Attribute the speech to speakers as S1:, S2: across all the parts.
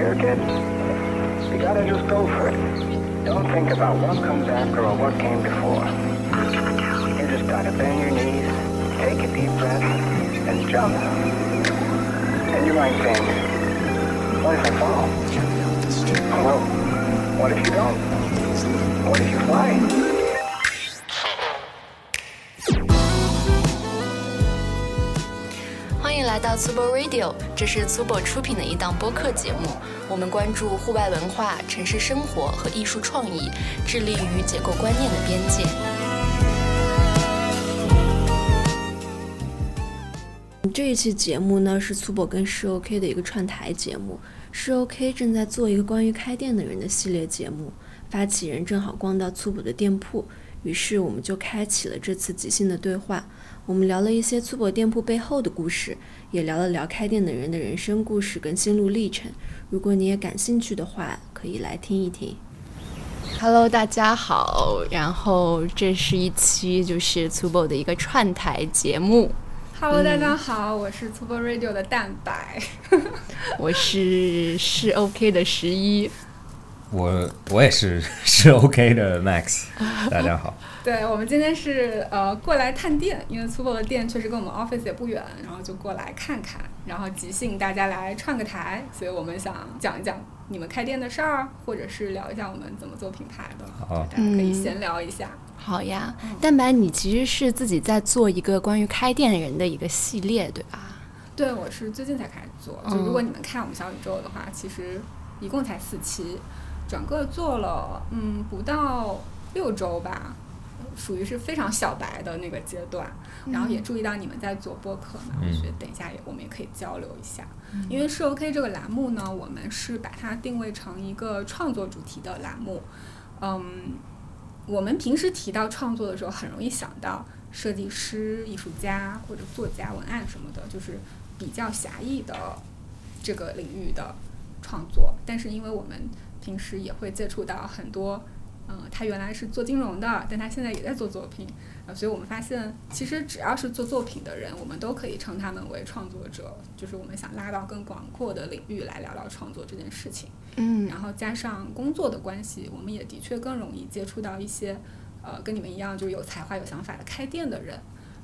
S1: kids. You gotta just go for it. Don't think about what comes after or what came before. You just gotta bend your knees, take a deep breath, and jump. And you might think, what if I fall? Well, what if you don't? What if you fly?
S2: 欢迎来到 Super Radio，这是 Super 出品的一档播客节目。我们关注户外文化、城市生活和艺术创意，致力于解构观念的边界。
S3: 这一期节目呢是粗博跟是 OK 的一个串台节目，是 OK 正在做一个关于开店的人的系列节目，发起人正好逛到粗博的店铺，于是我们就开启了这次即兴的对话。我们聊了一些粗博店铺背后的故事，也聊了聊开店的人的人生故事跟心路历程。如果你也感兴趣的话，可以来听一听。
S2: Hello，大家好，然后这是一期就是粗博的一个串台节目，
S4: Hello，大家好，我是 Super Radio 的蛋白。
S2: 我是是 OK 的十一，
S5: 我我也是 是 OK 的 Max，大家好。
S4: 对我们今天是呃过来探店，因为 Super 的店确实跟我们 office 也不远，然后就过来看看，然后即兴大家来串个台，所以我们想讲一讲你们开店的事儿，或者是聊一下我们怎么做品牌的，
S5: 好
S4: 大家可以闲聊一下。
S2: 好呀。蛋白，你其实是自己在做一个关于开店人的一个系列，对吧？
S4: 对，我是最近才开始做。就如果你们看我们小宇宙的话，其实一共才四期，整个做了嗯不到六周吧，属于是非常小白的那个阶段。然后也注意到你们在做播客嘛，我觉得等一下也我们也可以交流一下。因为是 OK 这个栏目呢，我们是把它定位成一个创作主题的栏目。嗯，我们平时提到创作的时候，很容易想到设计师、艺术家或者作家、文案什么的，就是比较狭义的这个领域的创作。但是因为我们平时也会接触到很多，嗯、他原来是做金融的，但他现在也在做作品，啊，所以我们发现，其实只要是做作品的人，我们都可以称他们为创作者。就是我们想拉到更广阔的领域来聊聊创作这件事情。
S2: 嗯
S4: 然后加上工作的关系，我们也的确更容易接触到一些，呃，跟你们一样就是有才华、有想法的开店的人。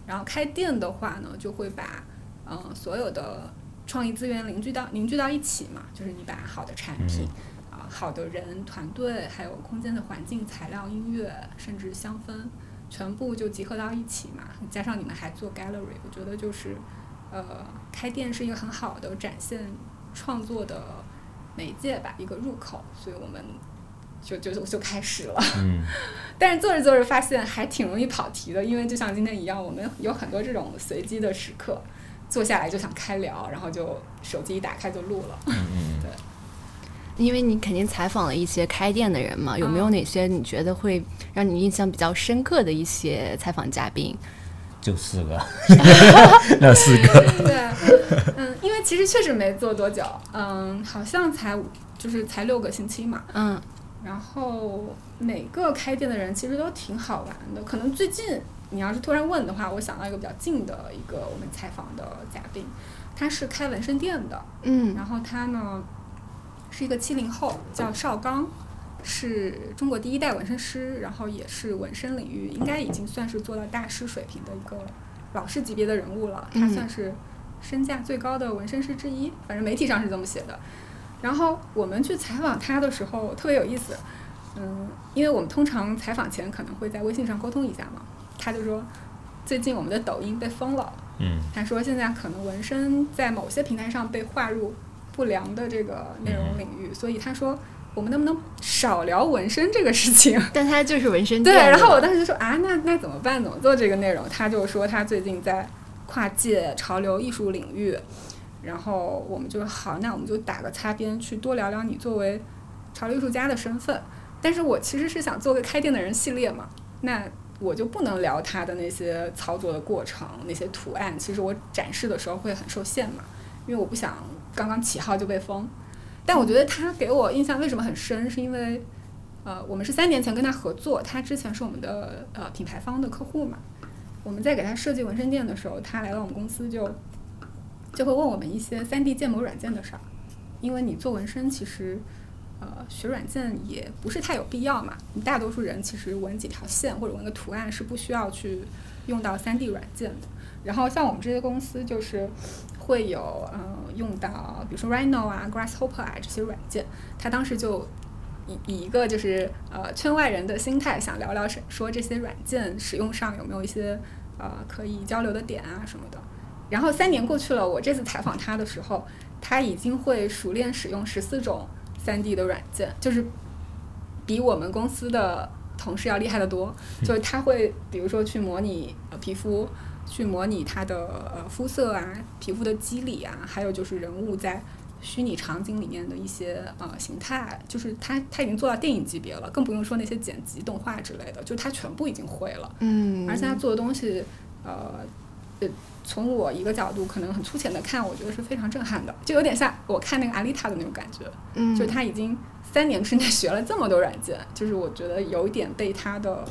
S4: 然后开店的话呢，就会把嗯、呃所有的创意资源凝聚到凝聚到一起嘛，就是你把好的产品。啊，好的人、团队，还有空间的环境、材料、音乐，甚至香氛，全部就集合到一起嘛。加上你们还做 gallery，我觉得就是，呃，开店是一个很好的展现创作的媒介吧，一个入口，所以我们就就就就开始了。
S5: 嗯，
S4: 但是做着做着发现还挺容易跑题的，因为就像今天一样，我们有很多这种随机的时刻，坐下来就想开聊，然后就手机一打开就录了。
S2: 因为你肯定采访了一些开店的人嘛，有没有哪些你觉得会让你印象比较深刻的一些采访嘉宾？
S5: 就四 个，那四个，
S4: 对，嗯，因为其实确实没做多久，嗯，好像才五就是才六个星期嘛。
S2: 嗯
S4: 然后每个开店的人其实都挺好玩的，可能最近你要是突然问的话，我想到一个比较近的一个我们采访的嘉宾，他是开纹身店的，
S2: 嗯
S4: 然后他呢是一个七零后，叫邵刚，是中国第一代纹身师，然后也是纹身领域应该已经算是做到大师水平的一个老师级别的人物了。他
S2: 嗯
S4: 算是身价最高的纹身师之一，反正媒体上是这么写的。然后我们去采访他的时候特别有意思，嗯，因为我们通常采访前可能会在微信上沟通一下嘛，他就说最近我们的抖音被封了。
S5: 嗯，
S4: 他说现在可能纹身在某些平台上被划入不良的这个内容领域，所以他说我们能不能少聊纹身这个事情？
S2: 但他就是纹身
S4: 对，
S2: 店的。
S4: 然后我当时就说啊，那那怎么办？怎么做这个内容？他就说他最近在跨界潮流艺术领域，然后我们就说好，那我们就打个擦边，去多聊聊你作为潮流艺术家的身份。但是我其实是想做个开店的人系列嘛，那我就不能聊他的那些操作的过程、那些图案，其实我展示的时候会很受限嘛，因为我不想刚刚起号就被封。但我觉得他给我印象为什么很深，是因为呃，我们是三年前跟他合作，他之前是我们的呃品牌方的客户嘛。我们在给他设计纹身店的时候，他来到我们公司就就会问我们一些 3D 建模软件的事儿。因为你做纹身其实。呃，学软件也不是太有必要嘛。你大多数人其实纹几条线或者纹个图案是不需要去用到 3D 软件的。然后像我们这些公司就是会有嗯、呃用到，比如说 Rhino 啊、Grasshopper 啊这些软件。他当时就以以一个就是呃圈外人的心态，想聊聊是说这些软件使用上有没有一些呃可以交流的点啊什么的。然后三年过去了，我这次采访他的时候，他已经会熟练使用十四种三 D 的软件，就是比我们公司的同事要厉害得多。就是他会，比如说去模拟呃皮肤，去模拟它的呃肤色啊、皮肤的肌理啊，还有就是人物在虚拟场景里面的一些呃形态，就是他他已经做到电影级别了，更不用说那些剪辑、动画之类的，就是他全部已经会了。
S2: 嗯，
S4: 而且他做的东西，呃，呃，从我一个角度可能很粗浅的看，我觉得是非常震撼的，就有点像我看那个阿丽塔的那种感觉，
S2: 嗯
S4: 就是他已经三年之内学了这么多软件，就是我觉得有一点被他的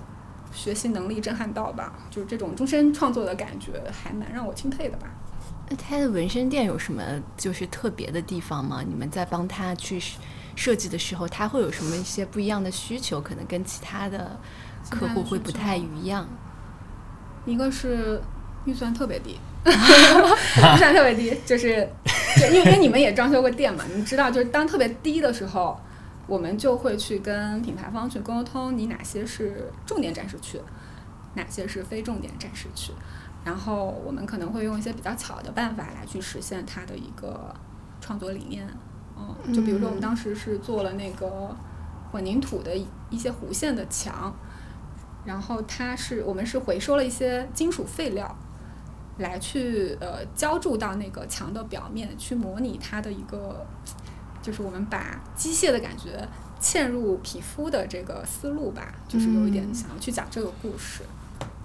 S4: 学习能力震撼到吧，就是这种终身创作的感觉，还蛮让我钦佩的吧。
S6: 那他的纹身店有什么就是特别的地方吗？你们在帮他去设设计的时候，他会有什么一些不一样的需求？可能跟其他的客户会不太一样。
S4: 一个是预算特别低，预算特别低，就是就因为因为你们也装修过店嘛，你们知道，就是当特别低的时候，我们就会去跟品牌方去沟通，你哪些是重点展示区，哪些是非重点展示区，然后我们可能会用一些比较巧的办法来去实现它的一个创作理念。嗯，就比如说我们当时是做了那个混凝土的一一些弧线的墙，然后它是我们是回收了一些金属废料，来去呃浇筑到那个墙的表面，去模拟它的一个，就是我们把机械的感觉嵌入皮肤的这个思路吧，就是有一点想要去讲这个故事。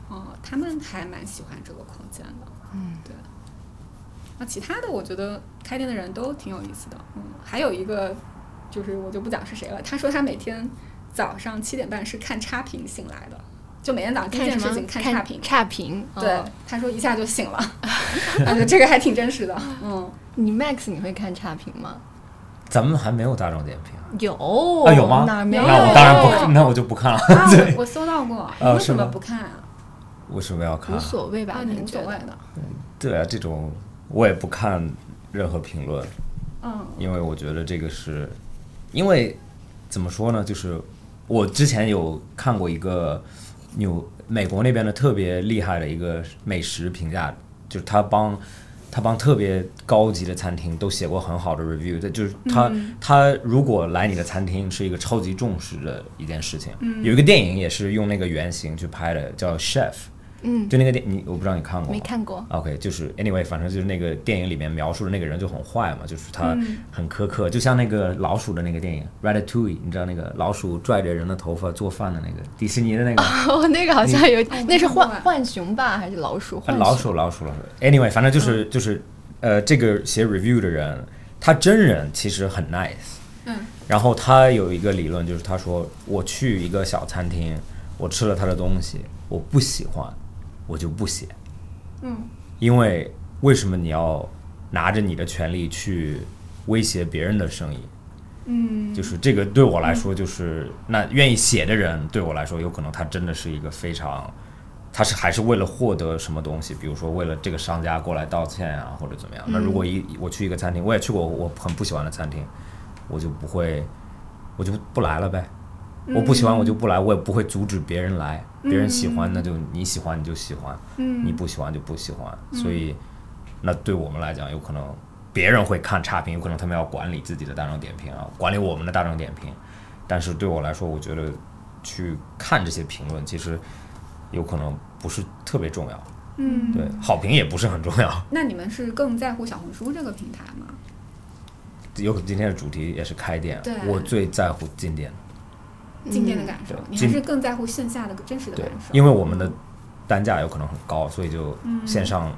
S4: 哦、他们还蛮喜欢这个空间的。嗯，对。那其他的，我觉得开店的人都挺有意思的。嗯，还有一个就是我就不讲是谁了，他说他每天早上七点半是看差评醒来的，就每天早上第一
S6: 看
S4: 件
S6: 什
S4: 事情
S6: 么？
S4: 看差评。
S6: 差评。
S4: 对
S6: 哦，
S4: 他说一下就醒了，感觉这个还挺真实的。嗯，
S6: 你 Max 你会看差评吗？
S5: 咱们还没有大众点评啊
S6: 有
S5: 啊，有吗？
S6: 哪儿没有？
S5: 那我当然不，那我就不看了。
S4: 啊，我我搜到过，你
S5: 啊
S4: 为
S5: 是
S4: 什
S5: 吗
S4: 么不看啊？
S5: 为什么要看
S6: 无？所谓吧，
S4: 啊，
S6: 可
S4: 你
S6: 能
S4: 无所
S6: 觉
S4: 谓
S6: 得。
S4: 的。
S5: 对啊，这种我也不看任何评论，
S4: 嗯，
S5: 因为我觉得这个是，因为怎么说呢，就是我之前有看过一个纽美国那边的特别厉害的一个美食评价，就是他帮他帮特别高级的餐厅都写过很好的 review，但就是他、他如果来你的餐厅是一个超级重视的一件事情。有一个电影也是用那个原型去拍的，叫 Chef。嗯，就那个电你我不知道你看过吗
S6: 没看过
S5: OK，就是 anyway，反正就是那个电影里面描述的那个人就很坏嘛，就是他很苛刻，就像那个老鼠的那个电影《Ratatouille》，你知道那个老鼠拽着人的头发做饭的那个迪士尼的那个。
S6: 哦，那个好像有，那是
S4: 看过
S6: 浣
S4: 哎
S6: 浣熊吧，还是老鼠？浣
S5: 啊，
S6: 熊
S5: 老鼠老鼠老鼠。Anyway，反正就是、就是呃，这个写 review 的人，他真人其实很 nice。
S4: 嗯。
S5: 然后他有一个理论，就是他说我去一个小餐厅，我吃了他的东西，我不喜欢，我就不写。
S4: 嗯。
S5: 因为为什么你要拿着你的权利去威胁别人的生意？嗯，就是这个对我来说，就是、那愿意写的人，对我来说，有可能他真的是一个非常他是还是为了获得什么东西，比如说为了这个商家过来道歉啊，或者怎么样。那如果一我去一个餐厅，我也去过我很不喜欢的餐厅，我就不会，我就不来了呗。我不喜欢我就不来，我也不会阻止别人来。别人喜欢那就你喜欢你就喜欢，你不喜欢就不喜欢。所以，那对我们来讲，有可能别人会看差评，有可能他们要管理自己的大众点评啊，管理我们的大众点评。但是对我来说，我觉得去看这些评论，其实有可能不是特别重要。
S4: 嗯，
S5: 对，好评也不是很重要。
S4: 那你们是更在乎小红书这个平台吗？
S5: 有今天的主题也是开店
S4: 对，
S5: 我最在乎进店，
S4: 进店的感受
S5: 对，
S4: 你还
S5: 进
S4: 是更在乎线下的真实的
S5: 对
S4: 感受？，嗯
S5: 因为我们的单价有可能很高，所以就线上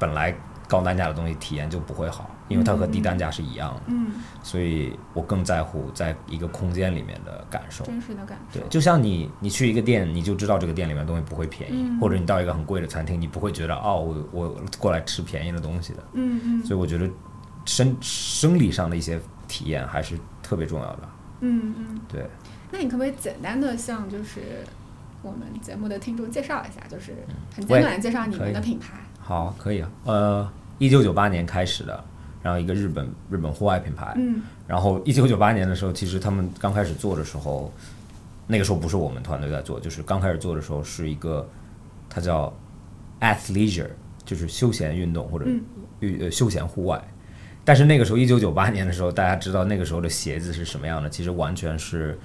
S5: 本来高单价的东西体验就不会好，因为它和低单价是一样的，
S4: 嗯，
S5: 所以我更在乎在一个空间里面的感受。
S4: 真实的感受
S5: 对，。就像你你去一个店，你就知道这个店里面的东西不会便宜，或者你到一个很贵的餐厅，你不会觉得哦，我我过来吃便宜的东西的。
S4: 嗯嗯
S5: 所以我觉得生生理上的一些体验还是特别重要的。
S4: 嗯嗯，
S5: 对。
S4: 那你可不可以简单的向就是我们节目的听众介绍一下，就是很
S5: 喂
S4: 简短地介绍你
S5: 可以
S4: 们的品牌？
S5: 好，可以啊。呃，一九九八年开始的，然后一个日本日本户外品牌。
S4: 嗯
S5: 然后一九九八年的时候，其实他们刚开始做的时候，那个时候不是我们团队在做，就是刚开始做的时候是一个，它叫 athleisure，就是休闲运动或
S4: 嗯
S5: 者运、呃休闲户外。但是那个时候，一九九八年的时候，大家知道那个时候的鞋子是什么样的？其实完全是，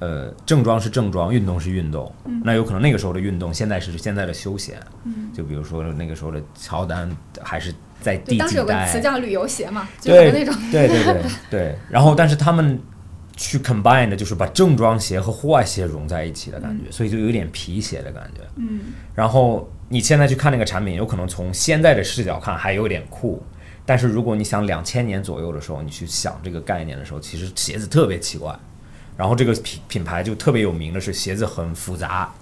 S5: 呃，正装是正装，运动是运动。
S4: 嗯
S5: 那有可能那个时候的运动，现在是现在的休闲。就比如说那个时候的乔丹还是在
S4: 对，
S5: 第几代？
S4: 当时有个词叫旅游鞋嘛，就
S5: 对
S4: 是那种
S5: 对对对对。然后，但是他们去 combine 的就是把正装鞋和户外鞋融在一起的感
S4: 嗯
S5: 觉，所以就有点皮鞋的感觉。嗯。然后你现在去看那个产品，有可能从现在的视角看还有点酷，但是如果你想两千年左右的时候，你去想这个概念的时候，其实鞋子特别奇怪。然后这个品品牌就特别有名的是鞋子很复杂，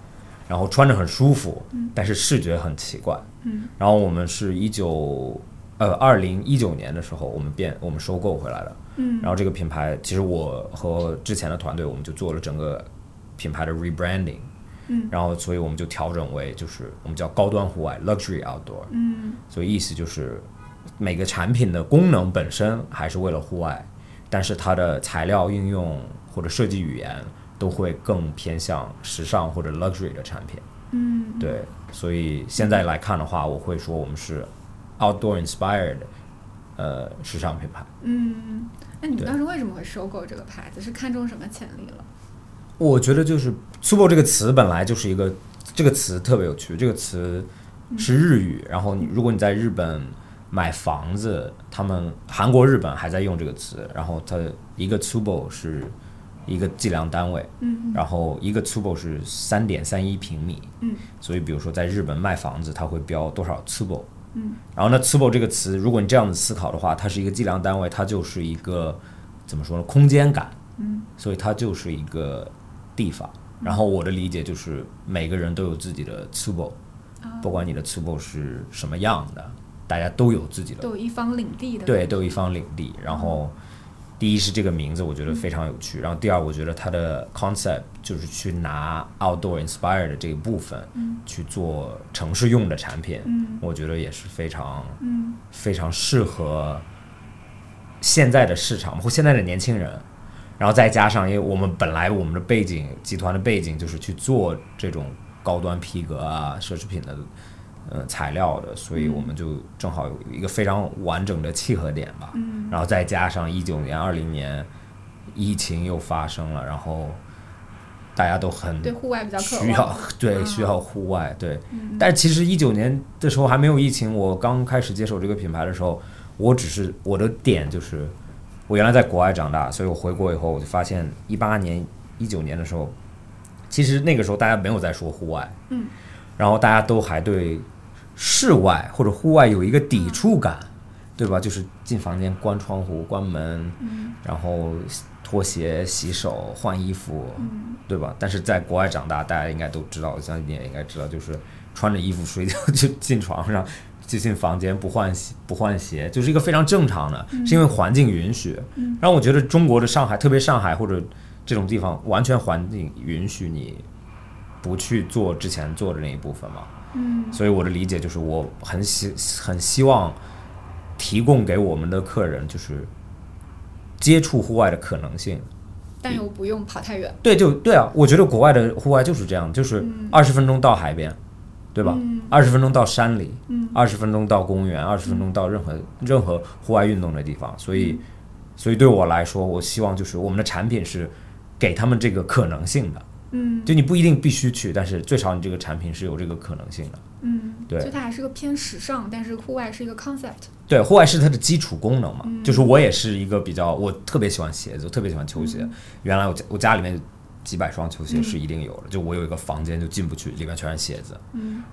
S5: 然后穿着很舒服，
S4: 嗯
S5: 但是视觉很奇怪。嗯，然后我们是一九呃二零一九年的时候，我们变我们收购回来了。嗯，然后这个品牌其实我和之前的团队我们就做了整个品牌的 rebranding。嗯，然后所以我们就调整为就是我们叫高端户外 luxury outdoor。嗯，所以意思就是每个产品的功能本身还是为了户外，但是它的材料应用或者设计语言都会更偏向时尚或者 luxury 的产品。嗯，对，所以现在来看的话，我会说我们是 outdoor inspired，呃，时尚品牌。
S4: 嗯。那你们
S5: 对
S4: 当时为什么会收购这个牌子？是看中什么潜力了？
S5: 我觉得就是 “super” 这个词本来就是一个这个词特别有趣，这个词是日语。然后你如果你在日本买房子，他们韩国、日本还在用这个词。然后它一个 “super” 是一个计量单位，嗯，然后一个 “super” 是三点三一平米，嗯，所以比如说在日本卖房子，它会标多少 “super”。嗯，然后呢，“super” 这个词，如果你这样子思考的话，它是一个计量单位，它就是一个怎么说呢？空间感，嗯，所以它就是一个地方。然后我的理解就是，每个人都有自己的 t u b o 不管你的 t u b o 是什么样的，大家都有自己
S4: 都
S5: 的，
S4: 有一方领地的，，
S5: 对，都有一方领地。然后，第一是这个名字我觉得非常有趣，然后第二我觉得它的 concept 就是去拿 outdoor inspired 的这一部分去做城市用的产品，我觉得也是非常非常适合现在的市场或现在的年轻人。然后再加上，因为我们本来我们的背景，集团的背景就是去做这种高端皮革啊、奢侈品的呃材料的，所以我们就正好有一个非常完整的契合点吧。然后再加上一九年、二零年疫情又发生了，然后大家都很
S4: 对户外比较渴望。嗯
S5: 需要 对需要户外对，但其实一九年的时候还没有疫情，我刚开始接手这个品牌的时候，我只是我的点就是，我原来在国外长大，所以我回国以后我就发现一八年一九年的时候，其实那个时候大家没有在说户外，嗯，然后大家都还对室外或者户外有一个抵触感，
S4: 嗯
S5: 对吧？就是进房间关窗户、关门，然后脱鞋、洗手、换衣服，对吧？但是在国外长大，大家应该都知道，我相信你也应该知道，就是穿着衣服睡觉就进床上， 就进房间不换鞋不换鞋，就是一个非常正常的，是因为环境允许。让我觉得中国的上海，特别上海或者这种地方，完全环境允许你不去做之前做的那一部分嘛。所以我的理解就是，我很希很希望提供给我们的客人就是接触户外的可能性。
S4: 但又不用跑太远。
S5: 对，就对啊，我觉得国外的户外就是这样，就是二十分钟到海边，对吧？二十分钟到山里，二十分钟到公园，二十分钟到任何任何户外运动的地方。所以，所以对我来说，我希望就是我们的产品是给他们这个可能性的。嗯，就你不一定必须去，但是最少你这个产品是有这个可能性的。对
S4: 嗯就它还是个偏时尚，但是户外是一个 concept。
S5: 对，户外是它的基础功能嘛。就是我也是一个比较，我特别喜欢鞋子，我特别喜欢球鞋。原来我家我家里面几百双球鞋是一定有的，就我有一个房间就进不去，里面全是鞋子。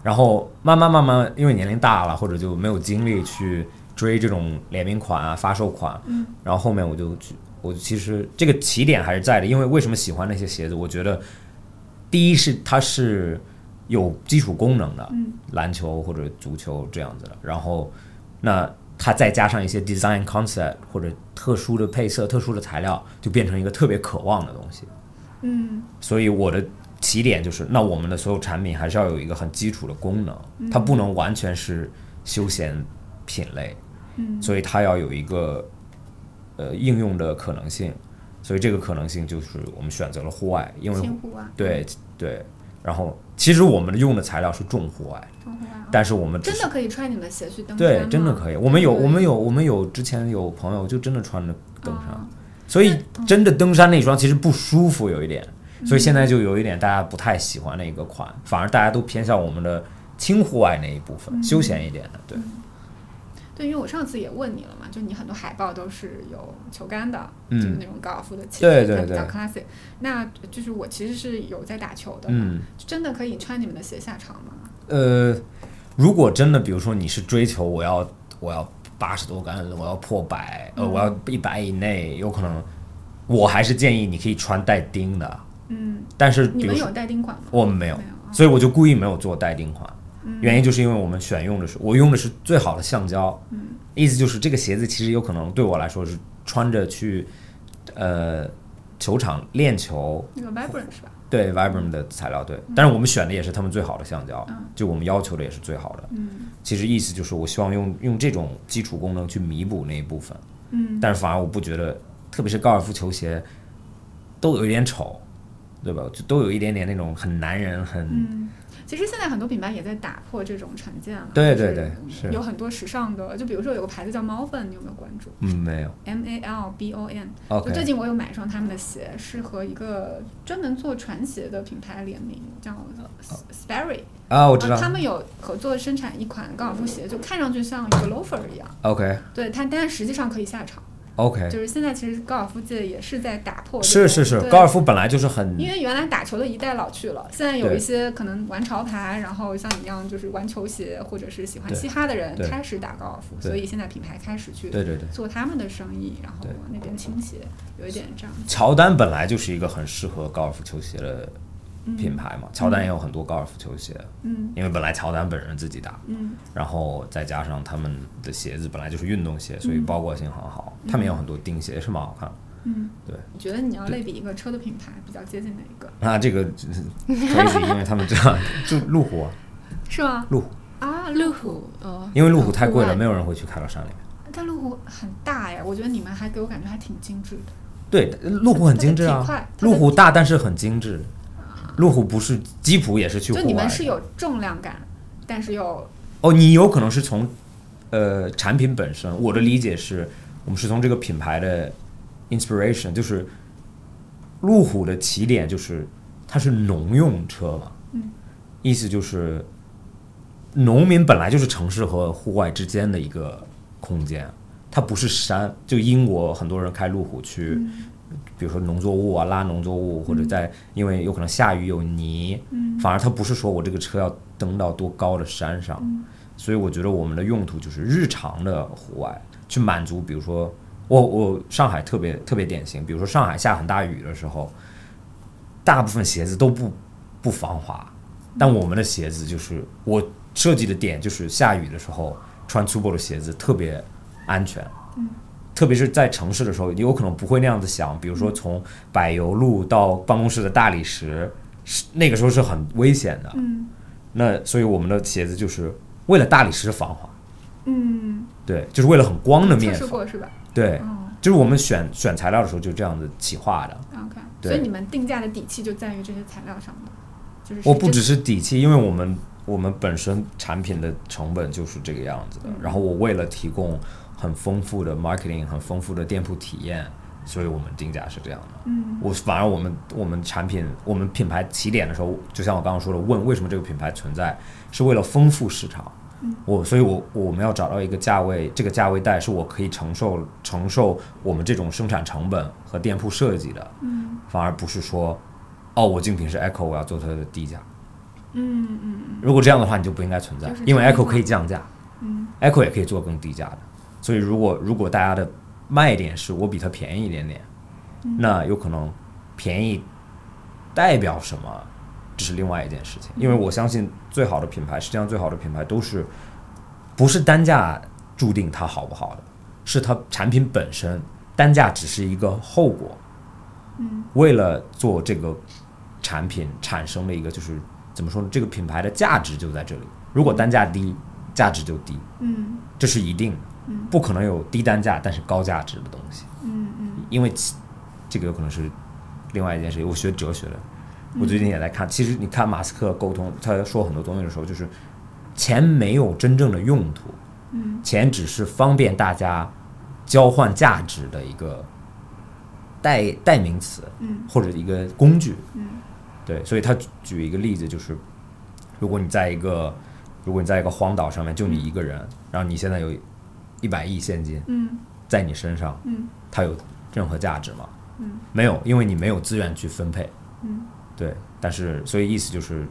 S5: 然后慢慢慢慢，因为年龄大了，或者就没有精力去追这种联名款啊、发售款。然后后面我就去，我其实这个起点还是在的，因为为什么喜欢那些鞋子？我觉得第一是它是有基础功能的，篮球或者足球这样子的。然后那它再加上一些 design concept 或者特殊的配色、特殊的材料，就变成一个特别渴望的东西。
S4: 嗯
S5: 所以我的起点就是，那我们的所有产品还是要有一个很基础的功能，
S4: 嗯
S5: 它不能完全是休闲品类，
S4: 嗯
S5: 所以它要有一个呃应用的可能性。所以这个可能性就是我们选择了户外，因为
S4: 千户外，
S5: 对对，然后其实我们用的材料是重户外，
S4: 千户外啊，
S5: 但是我们只
S4: 真
S5: 是
S4: 的可以穿你们的鞋去登山
S5: 对
S4: 吗
S5: 真的可以，我们有
S4: 对
S5: 我们有我们有之前有朋友就真的穿着登山，
S4: 啊
S5: 所以真的登山那双其实不舒服有一点，
S4: 嗯
S5: 所以现在就有一点大家不太喜欢的一个款，反而大家都偏向我们的轻户外那一部分，休闲一点的。对，
S4: 对，因为我上次也问你了嘛，就你很多海报都是有球杆的，
S5: 嗯
S4: 就是那种高尔夫的气
S5: 对
S4: 质，
S5: 对
S4: 它比较
S5: 对
S4: classic。那就是我其实是有在打球的嘛，
S5: 嗯，
S4: 真的可以穿你们的鞋下场吗？嗯
S5: 呃，如果真的比如说你是追求我要我要八十多杆，我要破百，呃，我
S4: 嗯
S5: 要一百以内，有可能，我还是建议你可以穿带钉的，
S4: 嗯，
S5: 但是比
S4: 你
S5: 如
S4: 们
S5: 说
S4: 有带钉款吗？
S5: 我们没有
S4: 没有嗯啊，
S5: 所以我就故意没有做带钉款。原因就是因为我们选用的是我用的是最好的橡胶，
S4: 嗯
S5: 意思就是这个鞋子其实有可能对我来说是穿着去，呃，球场练球，
S4: 那个 Vibrant 是吧？
S5: 对 Vibram 的材料对，但是我们选的也是他们最好的橡胶，
S4: 嗯
S5: 就我们要求的也是最好的。其实意思就是我希望用用这种基础功能去弥补那一部分，
S4: 嗯
S5: 但是反而我不觉得，特别是高尔夫球鞋，都有一点丑，对吧？就都有一点点那种很男人很。
S4: 嗯，其实现在很多品牌也在打破这种成见了。
S5: 对
S4: 就是
S5: 对对是
S4: 有很多时尚的，就比如说有个牌子叫 Malbon，你有没有关注
S5: 嗯，没有。
S4: ？M A L B O N。就
S5: OK，
S4: 最近我有买一双他们的鞋，是和一个专门做船鞋的品牌联名，叫 Sperry。
S5: 啊，哦我知道
S4: 啊。他们有合作生产一款高尔夫鞋，就看上去像一个 loafer 一样，
S5: OK
S4: 对它，但实际上可以下场。
S5: OK，
S4: 就是现在其实高尔夫界也是在打破这
S5: 是
S4: 种，
S5: 是是，
S4: 对
S5: 高尔。夫本来就是很
S4: 因为原来打球的一代老去了，现在有
S5: 对
S4: 一些可能玩潮牌，然后像你一样就是玩球鞋或者是喜欢
S5: 对
S4: 嘻哈的人
S5: 对
S4: 开始打高尔夫，
S5: 对
S4: 所以现在品牌开始去
S5: 对对对，
S4: 做他们的生意，然后
S5: 对
S4: 往那边倾斜，有一点这样。
S5: 乔丹本来就是一个很适合高尔夫球鞋的品牌嘛，乔丹也有很多高尔夫球鞋，
S4: 嗯
S5: 因为本来乔丹本人自己打，
S4: 嗯
S5: 然后再加上他们的鞋子本来就是运动鞋，所以包裹性很好，他们也有很多钉鞋是蛮好看的。
S4: 嗯，
S5: 对。
S4: 你觉得你要类比一个车的品牌，比较接近哪一个？
S5: 那这个就是 crazy，因为他们这样就路虎啊，
S4: 是吗？
S5: 路虎
S4: 啊，
S6: 路虎，呃，
S5: 因为路虎太贵了，
S6: 户外
S5: 没有人会去开到山里面。
S4: 但路虎很大呀，我觉得你们还给我感觉还挺精致的。
S5: 对，路虎很精致
S4: 它的体
S5: 啊
S4: 块，它的
S5: 路虎大但是很精致。路虎不是吉普也是去户
S4: 就
S5: 外的，
S4: 你们是有重量感，但是又
S5: 哦，你有可能是从呃产品本身，我的理解是，我们是从这个品牌的 inspiration，就是路虎的起点就是它是农用车嘛，
S4: 嗯，
S5: 意思就是农民本来就是城市和户外之间的一个空间，它不是山，就英国很多人开路虎去。比如说农作物啊，拉农作物，或者在、因为有可能下雨有泥，反而它不是说我这个车要登到多高的山上，所以我觉得我们的用途就是日常的户外，去满足，比如说我我上海特别特别典型，比如说上海下很大雨的时候，大部分鞋子都不不防滑，但我们的鞋子就是我设计的点就是下雨的时候穿粗 u 的鞋子特别安全。特别是在城市的时候，你有可能不会那样子想。比如说，从柏油路到办公室的大理石，是那个时候是很危险的。
S4: 嗯
S5: 那所以我们的鞋子就是为了大理石防滑，
S4: 嗯，
S5: 对，就是为了很光的
S4: 测
S5: 面
S4: 试
S5: 粉，
S4: 过是吧？
S5: 对，
S4: 嗯
S5: 就是我们选选材料的时候就这样子企划的。
S4: ，OK。
S5: 对
S4: 所以你们定价的底气就在于这些材料上的，就是
S5: 我不只
S4: 是
S5: 是底气，因为我们我们本身产品的成本就是这个样子的。
S4: 嗯
S5: 然后我为了提供很丰富的 marketing，很丰富的店铺体验，所以我们定价是这样的。
S4: 嗯
S5: 我反而我们我们产品我们品牌起点的时候，就像我刚刚说的，问为什么这个品牌存在，是为了丰富市场。我所以我，我们要找到一个价位，这个价位带是我可以承受承受我们这种生产成本和店铺设计的，
S4: 嗯
S5: 反而不是说，哦，我竞品是 Echo，我要做它的低价。
S4: 嗯嗯
S5: 如果这样的话，你就不应该存在
S4: 就是，
S5: 因为
S4: 差异
S5: Echo
S4: 化
S5: 可以降价
S4: 嗯
S5: ，Echo 也可以做更低价的。所以，如果如果大家的卖点是我比它便宜一点点，
S4: 嗯
S5: 那有可能便宜代表什么，这是另外一件
S4: 嗯
S5: 事情。因为我相信最好的品牌，世界上最好的品牌都是不是单价注定它好不好的，是它产品本身单价只是一个后果。嗯，为了做这个产品产生了一个就是怎么说呢，这个品牌的价值就在这里。如果单价低，价值就低，
S4: 嗯
S5: 这是一定的。不可能有低单价但是高价值的东西。
S4: 嗯嗯，
S5: 因为其这个有可能是另外一件事情。我学哲学的，我
S4: 嗯
S5: 最近也在看。其实你看马斯克沟通，他说很多东西的时候，就是钱没有真正的用途，
S4: 嗯，
S5: 钱只是方便大家交换价值的一个代代名词，
S4: 嗯，
S5: 或者一个工具，
S4: 嗯，
S5: 对。所以他举举一个例子，就是如果你在一个如果你在一个荒岛上面，就你一个人，然后你现在有一百亿现金
S4: 嗯
S5: 在你身上，
S4: 嗯，
S5: 它有任何价值吗？
S4: 嗯，
S5: 没有，因为你没有资源去分配。
S4: 嗯，
S5: 对，但是所以意思就是，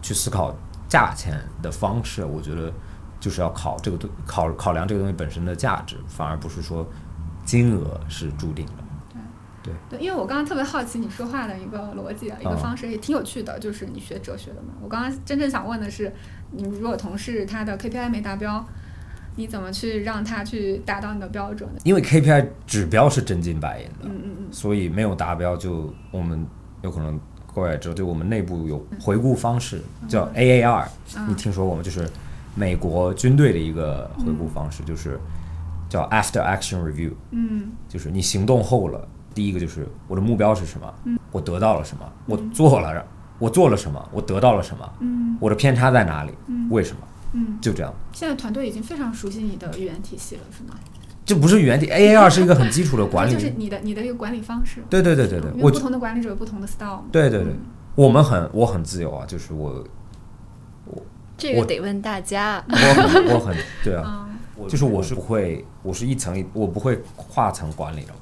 S5: 去思考价钱的方式，我觉得就是要考这个东考考量这个东西本身的价值，反而不是说金额是注定的。
S4: 对，因为我刚刚特别好奇你说话的一个逻辑啊，一个
S5: 嗯
S4: 方式也挺有趣的，就是你学哲学的嘛。我刚刚真正想问的是，你如果同事他的 KPI 没达标，你怎么去让他去达到你的标准呢？
S5: 因为 KPI 指标是真金白银的，
S4: 嗯嗯
S5: 所以没有达标就我们有可能过来之后，就我们内部有回顾方式，
S4: 嗯
S5: 叫 AAR，、你听说过吗？就是美国军队的一个回顾方式，就是叫 After Action Review，
S4: 嗯
S5: 就是你行动后了，第一个就是我的目标是什么，
S4: 嗯
S5: 我得到了什么，我做了，我做了什么，我得到了什么，
S4: 嗯
S5: 我的偏差在哪里，
S4: 嗯
S5: 为什么，
S4: 嗯。
S5: 就这样。
S4: 现在团队已经非常熟悉你的语言体系了，是吗？
S5: 这不是原地 AAR 是一个很基础的管理，
S4: 就是你的你的一个管理方式。
S5: 对对对对对，
S4: 因
S5: 我
S4: 为不同的管理者有不同的 style 嘛。
S5: 对对对，我们很我很自由啊，就是我
S6: 这
S5: 我
S6: 个得问大家。
S5: 我 很我很对啊，
S4: 嗯
S5: 就是我是不会，我是一层一，我不会跨层管理的嘛，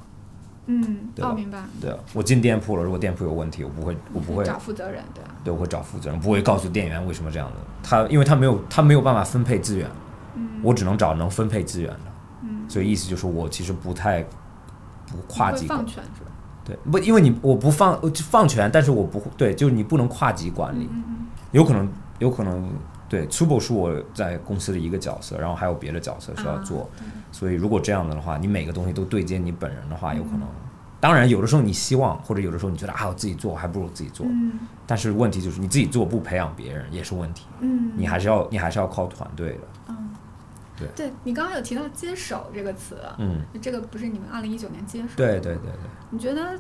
S4: 嗯，
S5: 对吧
S4: 哦，明白。
S5: 对啊，我进店铺了，如果店铺有问题，我不会我不会
S4: 找负责人，对吧？
S5: 对，我会找负责人，不会告诉店员为什么这样的。他因为他没有他没有办法分配资源，
S4: 嗯
S5: 我只能找能分配资源的。所以意思就是我其实不太不跨
S4: 会
S5: 级管
S4: 放，权是吧？
S5: 对，不因为你我不放我就放权，但是我不对，就是你不能跨级管理，
S4: 嗯
S5: 有可能有可能对 t u b o 是我在公司的一个角色，然后还有别的角色需要做，所以如果这样的话，你每个东西都对接你本人的话，有可能。当然，有的时候你希望，或者有的时候你觉得啊，我自己做还不如自己做。
S4: 嗯
S5: 但是问题就是你自己做不培养别人也是问题，
S4: 嗯
S5: 你还是要你还是要靠团队的。
S4: 嗯，
S5: 对
S4: 对你刚刚有提到“接手”这个词，啊
S5: 嗯，
S4: 这个不是你们二零一九年接手？
S5: 对对对对，
S4: 你觉得？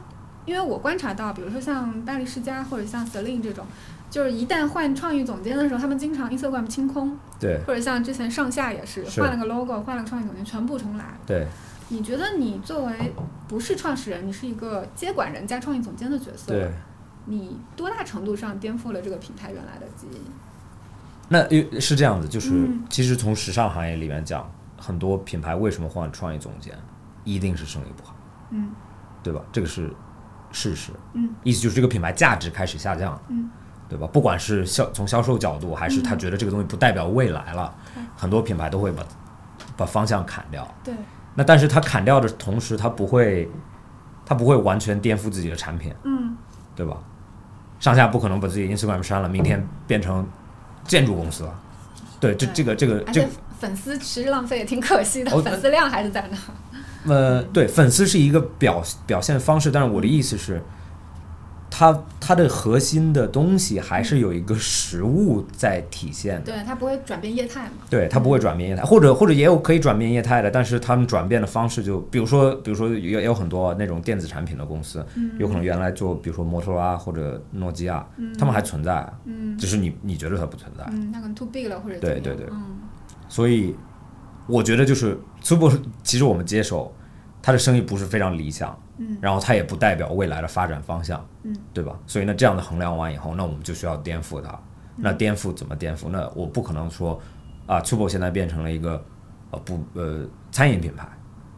S4: 因为我观察到，比如说像巴黎世家或者像 Celine 这种，就是一旦换创意总监的时候，他们经常 Instagram 清空，
S5: 对
S4: 或者像之前上下也是
S5: 是
S4: 换了个 logo，换了个创意总监，全部重来。
S5: 对，
S4: 你觉得你作为不是创始人，你是一个接管人加创意总监的角色，
S5: 对。
S4: 你多大程度上颠覆了这个平台原来的基因？
S5: 那因是这样子，就是、
S4: 嗯
S5: 其实从时尚行业里面讲，很多品牌为什么换创意总监，一定是生意不好，
S4: 嗯，
S5: 对吧？这个是事实。
S4: 嗯，
S5: 意思就是这个品牌价值开始下降。
S4: 嗯。
S5: 对吧？不管是销从销售角度，还是他觉得这个东西不代表未来了，很多品牌都会把把方向砍掉。
S4: 对，
S5: 那但是它砍掉的同时，它不会，它不会完全颠覆自己的产品，
S4: 嗯
S5: 对吧？上下不可能把自己 Instagram 删了，明天变成建筑公司了。对，这
S4: 对
S5: 这个这个
S4: 而
S5: 这
S4: 且
S5: 个，
S4: 粉丝其实浪费也挺可惜的，
S5: 哦
S4: 粉丝量还是在那。
S5: 呃，对，粉丝是一个表表现方式，但是我的意思是，它它的核心的东西还是有一个实物在体现的。
S4: 对，它不会转变业态嘛？
S5: 对，它不会转变业态，或者或者也有可以转变业态的，但是他们转变的方式就，比如说，比如说也也有很多那种电子产品的公司，
S4: 嗯
S5: 有可能原来做，比如说摩托罗拉或者诺基亚，他们还存在，啊
S4: 嗯
S5: 只是你你觉得它不存在，
S4: 嗯，那可能 too big 了或者
S5: 对
S4: 怎么样
S5: 对对
S4: 嗯
S5: 所以我觉得就是 Super，其实我们接手它的生意不是非常理想，
S4: 嗯
S5: 然后它也不代表未来的发展方向，
S4: 嗯，
S5: 对吧？所以呢，这样的衡量完以后，那我们就需要颠覆它。
S4: 嗯
S5: 那颠覆怎么颠覆？那我不可能说啊，Super 现在变成了一个呃不呃餐饮品牌，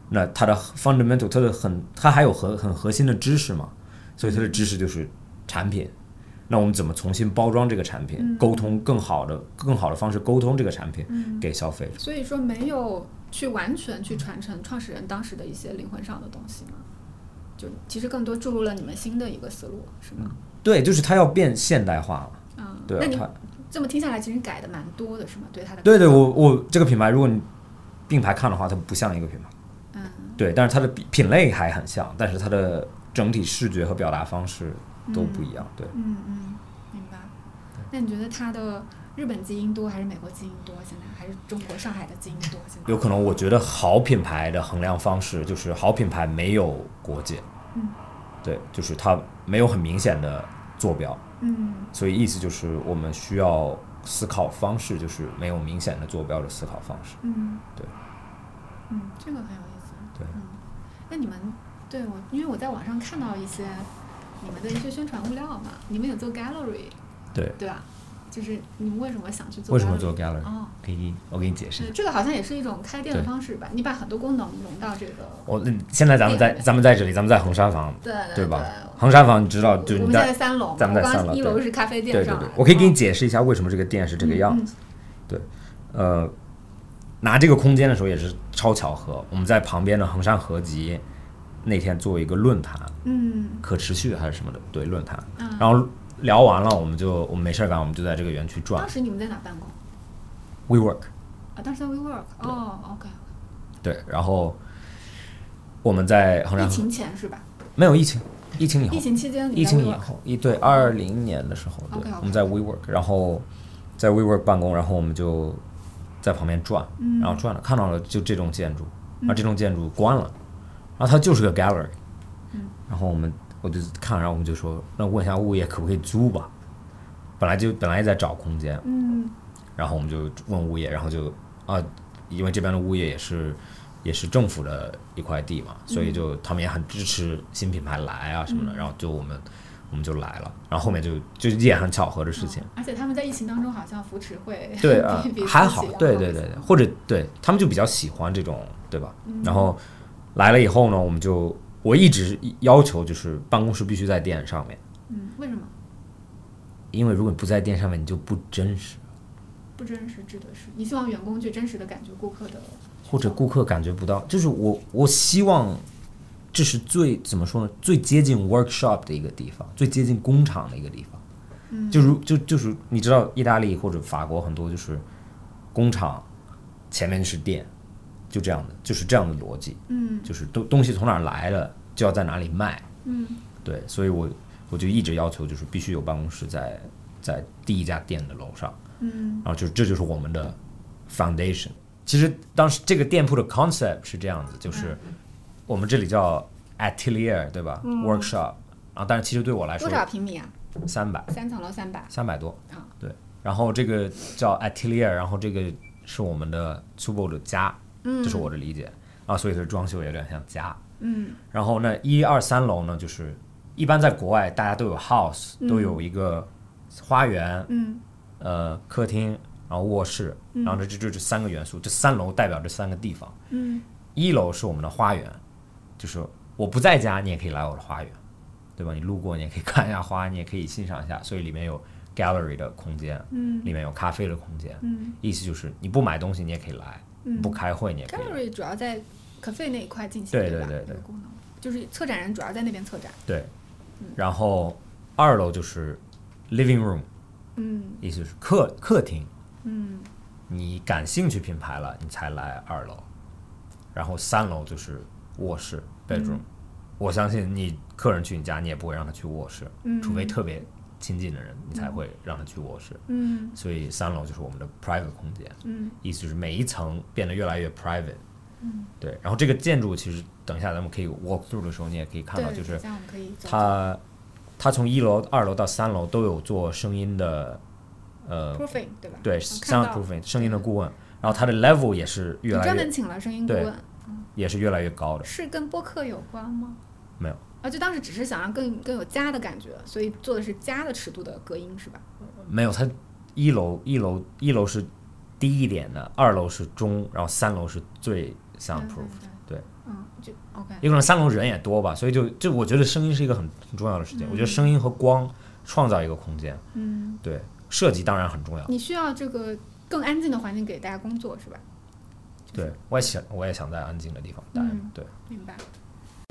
S5: 那它的 fundamental，它的很它还有核很核心的知识嘛，所以它的知识就是产品。那我们怎么重新包装这个产品，
S4: 嗯
S5: 沟通更好的、更好的方式沟通这个产品
S4: 嗯
S5: 给消费者？
S4: 所以说没有去完全去传承创始人当时的一些灵魂上的东西嘛？就其实更多注入了你们新的一个思路，是吗？
S5: 对，就是它要变现代化了。
S4: 嗯，
S5: 对
S4: 那
S5: 啊，
S4: 你
S5: 它
S4: 这么听下来，其实你改的蛮多的，是吗？对它的
S5: 对对，
S4: 改造
S5: 我我这个品牌，如果你并排看的话，它不像一个品牌。
S4: 嗯
S5: 对，但是它的品品类还很像，但是它的整体视觉和表达方式都不一样。对，
S4: 嗯嗯，明白。那你觉得它的日本基因多还是美国基因多？现在还是中国上海的基因多？现在
S5: 有可能我觉得好品牌的衡量方式就是好品牌没有国界，
S4: 嗯，
S5: 对，就是它没有很明显的坐标，
S4: 嗯
S5: 所以意思就是我们需要思考方式就是没有明显的坐标的思考方式。
S4: 嗯，
S5: 对，
S4: 嗯，这个很有意思。
S5: 对
S4: 嗯，那你们对我，因为我在网上看到一些你们的一些宣传物料嘛，你们有做 gallery，
S5: 对，
S4: 对吧？就是你们为什么想去做？
S5: 为什么做 gallery？
S4: 哦，
S5: 给你，我给你解释
S4: 是。这个好像也是一种开店的
S5: 对
S4: 方式吧？你把很多功能融到这个，
S5: 我、那现在咱们在
S4: 对
S5: 咱们在这里，咱们在衡山房，
S4: 对对
S5: 对吧？衡山房你知道，就是
S4: 我
S5: 你
S4: 们现在
S5: 在
S4: 三楼嘛，
S5: 咱们在
S4: 我刚
S5: 三楼
S4: 一
S5: 对
S4: 楼是咖啡店
S5: 对对
S4: 上来
S5: 对
S4: 的，
S5: 我可以给你
S4: 哦
S5: 解释一下为什么这个店是这个样子。
S4: 嗯
S5: 呃，拿这个空间的时候也是超巧合，我们在旁边的衡山合集那天做一个论坛，
S4: 嗯
S5: 可持续还是什么的，对论坛，
S4: 嗯
S5: 然后聊完了，我们就我们没事儿干，我们就在这个园区转
S4: 当时你们在哪办公？
S5: WeWork，
S4: 啊，当时在 WeWork。哦，OK，
S5: 对，然后我们在衡山
S4: 疫
S5: 合
S4: 情前是吧？
S5: 没有疫情，疫情以后
S4: 疫，情期间你
S5: 疫
S4: 在
S5: 情以
S4: WeWork
S5: 后，一对二零年的时候，对
S4: OK，OK
S5: 我们在 WeWork，然后在 WeWork 办公，然后我们就在旁边转，
S4: 嗯
S5: 然后转了，看到了就这栋建筑，然后这栋建筑关了，然后它就是个 gallery，然
S4: 嗯
S5: 后我们我就看，然后我们就说，那问一下物业可不可以租吧？本来就本来也在找空间，
S4: 嗯
S5: 然后我们就问物业，然后就啊，因为这边的物业也是也是政府的一块地嘛，
S4: 嗯
S5: 所以就他们也很支持新品牌来啊什么的，然后就我们我们就来了，然后后面就就也很巧合的事情，
S4: 哦而且他们在疫情当中好像扶持会
S5: 对 啊
S4: 比比，自己
S5: 还好
S4: 要，
S5: 对
S4: 一
S5: 对
S4: 些嗯
S5: 对对，或者对他们就比较喜欢这种，对吧？然后来了以后呢，我们就我一直要求就是办公室必须在店上面，
S4: 嗯，为什么
S5: 因为如果你不在店上面，你就不真实。
S4: 不真实指的是你希望员工去真实的感觉顾客的
S5: 或者顾客感觉不到，就是我我希望这是最怎么说呢？最接近 workshop 的一个地方，最接近工厂的一个地方。嗯，就如就就是你知道，意大利或者法国很多就是工厂前面是店，就这样的，就是这样的逻辑。
S4: 嗯
S5: 就是东东西从哪儿来的，就要在哪里卖。
S4: 嗯
S5: 对，所以我我就一直要求就是必须有办公室在在第一家店的楼上。
S4: 嗯
S5: 然后就这就是我们的 foundation。其实当时这个店铺的 concept 是这样子，就是
S4: 嗯
S5: 我们这里叫 atelier 对吧、w o r k s h o p 然后但是其实对我来说
S4: 多少平米啊？
S5: 三百
S4: 三层楼三百
S5: 三百多
S4: 啊
S5: 对。然后这个叫 atelier，然后这个是我们的 Tubo 的家，这是我的理解啊，所以这装修有点像家。
S4: 嗯
S5: 然后呢，一二三楼呢，就是一般在国外大家都有 house，、都有一个花园，
S4: 嗯
S5: 呃客厅，然后卧室，然后这这这这三个元素，这三楼代表这三个地方。
S4: 嗯
S5: 一楼是我们的花园，就是我不在家，你也可以来我的花园，对吧？你路过你也可以看一下花，你也可以欣赏一下， 所以里面有 gallery 的空间，
S4: 嗯
S5: 里面有咖啡的空间，
S4: 嗯
S5: 意思就是你不买东西你也可以来，不开会你也可以来，
S4: ，gallery 主要在 cafe 那一块进行
S5: 对
S4: 对吧
S5: 对对对
S4: 有功能就是策展人主要在那边策展。
S5: 对。然后二楼就是 living room，
S4: 嗯
S5: 意思就是客客厅，
S4: 嗯
S5: 你感兴趣品牌了，你才来二楼，然后三楼就是卧室
S4: 嗯
S5: bedroom、我相信你客人去你家，你也不会让他去卧室，
S4: 嗯
S5: 除非特别亲近的人，你才会让他去卧室。
S4: 嗯
S5: 所以三楼就是我们的 private 空间，
S4: 嗯
S5: 意思就是每一层变得越来越 private。对。然后这个建筑其实等一下咱们可以 walk through 的时候，你也可以看到，
S4: 对，
S5: 就是
S4: 等一下我们可以走
S5: 它它从一楼、二楼到三楼都有做声音的呃
S4: proofing 对吧？
S5: 对
S4: 我看
S5: sound
S4: 到
S5: proofing 声音的顾问，然后他的 level 也是
S4: 你
S5: 越来
S4: 专
S5: 越
S4: 门请了声音顾
S5: 对
S4: 问，
S5: 也是越来越高的，
S4: 是跟播客有关吗？
S5: 没有，
S4: 啊，就当时只是想让更更有家的感觉，所以做的是家的尺度的隔音是吧？
S5: 没有他一楼一楼一楼是低一点的，二楼是中，然后三楼是最 sound proof 的。对，
S4: 嗯，就 OK，
S5: 有可能三楼人也多吧，所以就就我觉得声音是一个很很重要的事情。我觉得声音和光创造一个空间，
S4: 嗯，
S5: 对设计当然很重要。
S4: 你需要这个更安静的环境给大家工作是吧？
S5: 对我也想我也想在安静的地方待着
S4: 嗯，
S5: 对。
S4: 明白。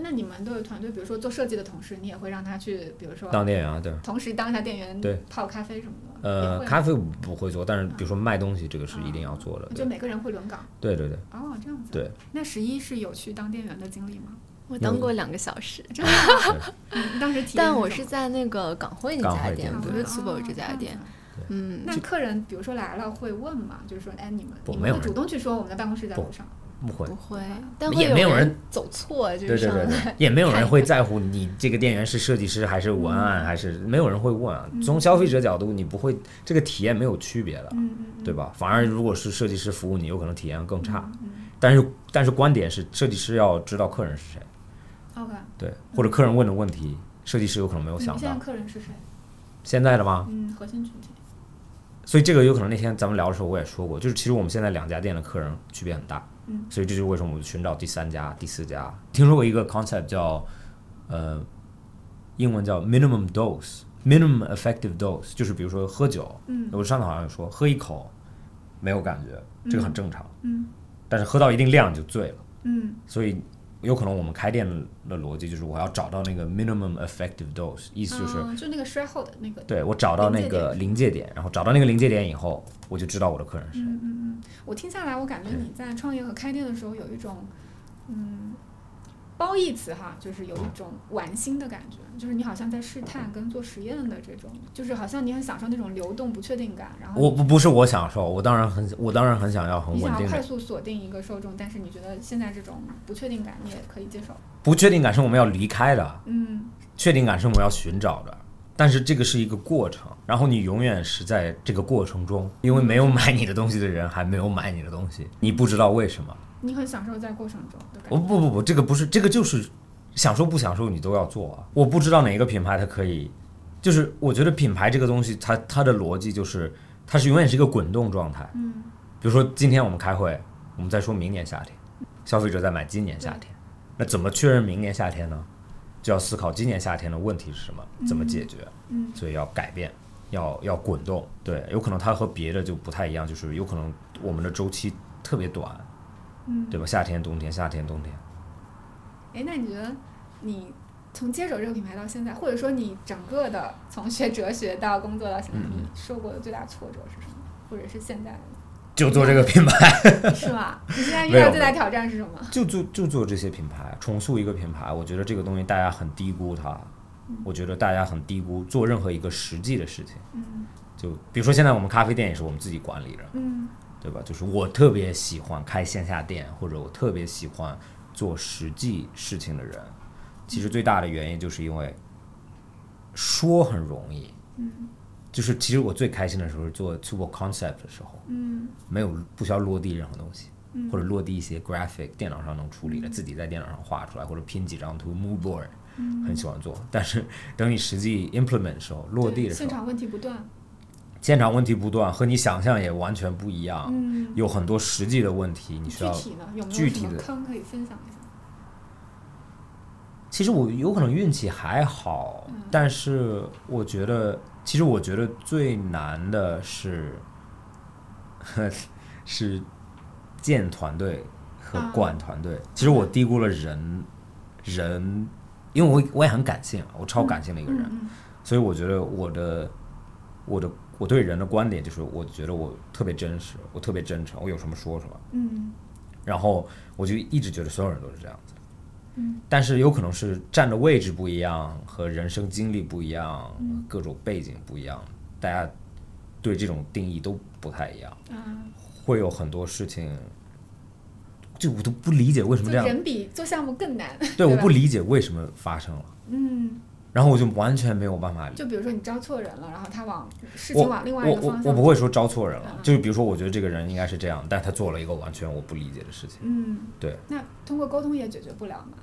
S4: 那你们都有团队，比如说做设计的同事，你也会让他去，比如说
S5: 当店员啊，对。
S4: 同时当一下店员，
S5: 对，
S4: 泡咖啡什么的。也
S5: 呃，
S4: 会吗
S5: 咖啡我不会做，但是比如说卖东西，这个是一定要做的。
S4: 就
S5: 对
S4: 每个人会轮岗。
S5: 对对对，
S4: 哦，这样子。
S5: 对。
S4: 那十一是有去当店员的经历 吗？
S6: 我当过两个小时，
S4: 真的吗？ 你当时体验
S6: 但我
S4: 什
S6: 是
S4: 么嗯
S6: 在那个港汇那
S5: 港
S6: 家
S5: 汇
S6: 店，
S5: 店
S6: 不
S5: 对
S6: 是 Super 这家。
S4: 哦样
S6: 店
S4: 子。
S6: 嗯，
S4: 那客人比如说来了会问吗？就是说，哎，你们
S5: 不
S4: 你
S5: 没
S4: 们
S5: 有
S4: 会
S5: 人
S4: 主动去说我们的办公室在
S5: 不啊
S4: 路上？
S5: 不会
S6: 不。会，但
S5: 也
S6: 会
S5: 没有
S6: 人
S5: 人
S6: 走错，就
S5: 对
S6: 是
S5: 对
S6: 上
S5: 对
S6: 来。
S5: 对，也没有人会在乎你这个店员是设计师还是文案，还是没有人会问
S4: 嗯
S5: 啊。从消费者角度，你不会这个体验没有区别的，
S4: 嗯
S5: 对吧？反而如果是设计师服务，你有可能体验更差。
S4: 嗯
S5: 但是但是观点是，设计师要知道客人是谁，
S4: 嗯 OK，
S5: 对，或者客人问的问题，设计师有可能没有
S4: 你
S5: 想
S4: 们嗯现在
S5: 到。啊
S4: 客人是谁？
S5: 现在的吗？
S4: 嗯，核心群体。
S5: 所以这个有可能那天咱们聊的时候我也说过，就是其实我们现在两家店的客人区别很大，
S4: 嗯，
S5: 所以这就是为什么我们寻找第三家、第四家。听说过一个 concept 叫呃，英文叫 minimum dose。minimum effective dose 就是比如说喝酒，
S4: 嗯
S5: 我上次好像有说喝一口没有感觉，这个很正常，
S4: 嗯
S5: 但是喝到一定量你就醉了，
S4: 嗯
S5: 所以有可能我们开店的逻辑就是我要找到那个 minimum effective dose，意思就是
S4: 嗯，就那个摔后的那个。
S5: 对我找到那个哦临界点，然后找到那个临界点以后，我就知道我的客人是谁。
S4: 嗯嗯嗯，我听下来，我感觉你在创业和开店的时候有一种，嗯，褒义词哈，就是有一种玩心的感觉，就是你好像在试探跟做实验的这种，就是好像你很享受那种流动不确定感，然后
S5: 我不不是我享受，我当然很我当然很想要很
S4: 你
S5: 稳
S4: 想
S5: 定
S4: 要快
S5: 的，
S4: 速锁定一个受众，但是你觉得现在这种不确定感你也可以接受。
S5: 不确定感是我们要离开的，
S4: 嗯
S5: 确定感是我们要寻找的。但是这个是一个过程，然后你永远是在这个过程中，因为没有买你的东西的人还没有买你的东西，你不知道为什么。
S4: 你很享受在过程中的感
S5: 我
S4: 觉。
S5: 不不不，这个不是这个就是享受不享受你都要做啊。我不知道哪一个品牌它可以，就是我觉得品牌这个东西它它的逻辑就是它是永远是一个滚动状态。
S4: 嗯，
S5: 比如说今天我们开会，我们在说明年夏天，消费者在买今年夏天，那怎么确认明年夏天呢？就要思考今年夏天的问题是什么，怎么解决，
S4: 嗯
S5: 所以要改变，要要滚动，对，有可能它和别的就不太一样，就是有可能我们的周期特别短，
S4: 嗯
S5: 对吧？夏天、冬天，夏天、冬天，
S4: 哎，那你觉得你从接手这个品牌到现在，或者说你整个的从学哲学到工作到现在，
S5: 嗯
S4: 你受过的最大挫折是什么？或者是现在 的
S5: 就做这个品牌，
S4: 是吗？你现在遇
S5: 没
S4: 到
S5: 有
S4: 最大挑战是什么？
S5: 就做就做这些品牌，重塑一个品牌，我觉得这个东西大家很低估它，我觉得大家很低估做任何一个实际的事情。
S4: 嗯
S5: 就比如说现在我们咖啡店也是我们自己管理的，
S4: 嗯
S5: 对吧？就是我特别喜欢开线下店，或者我特别喜欢做实际事情的人，其实最大的原因就是因为说很容易，
S4: 嗯
S5: 就是其实我最开心的时候是做 t u b o Concept 的时候，
S4: 嗯
S5: 没有不需要落地任何东西，
S4: 嗯
S5: 或者落地一些 graphic 电脑上能处理的，自己在电脑上画出来，或者拼几张图 mood board，很
S4: 嗯
S5: 喜欢做。但是等你实际 implement 的时候，落地
S4: 对
S5: 的时
S4: 现
S5: 候，
S4: 场问题不断。
S5: 啊现场问题不断，和你想象也完全不一样，
S4: 嗯，
S5: 有很多实际的问题你需
S4: 具
S5: 要。
S4: 体呢？有没有
S5: 具
S4: 什
S5: 体
S4: 么
S5: 的
S4: 坑可以分享一下？
S5: 其实我有可能运气还好，
S4: 嗯
S5: 但是我觉得，其实我觉得最难的是， 是建团队和
S4: 啊
S5: 管团队。其实我低估了人，人，因为我我也很感性，啊我超感性的一个人，
S4: 嗯
S5: 所以我觉得我的我的我对人的观点就是，我觉得我特别真实，我特别真诚，我有什么说什么。
S4: 嗯
S5: 然后我就一直觉得所有人都是这样子。嗯，但是有可能是站的位置不一样，和人生经历不一样，
S4: 嗯
S5: 各种背景不一样，大家对这种定义都不太一样，
S4: 嗯啊，
S5: 会有很多事情，就我都不理解为什
S4: 就
S5: 么这样，
S4: 人比做项目更难。
S5: 对，我
S4: 吧
S5: 不理解为什么发生了，
S4: 嗯，
S5: 然后我就完全没有办法理解。
S4: 就比如说你招错人了，然后他往事
S5: 我
S4: 情往另外一
S5: 我
S4: 个
S5: 我
S4: 方
S5: 我
S4: 向。嗯
S5: 不会说招错人了，就是比如说，我觉得这个人应该是这样，但他做了一个完全我不理解的事情。
S4: 嗯，
S5: 对
S4: 那通过沟通也解决不了嘛？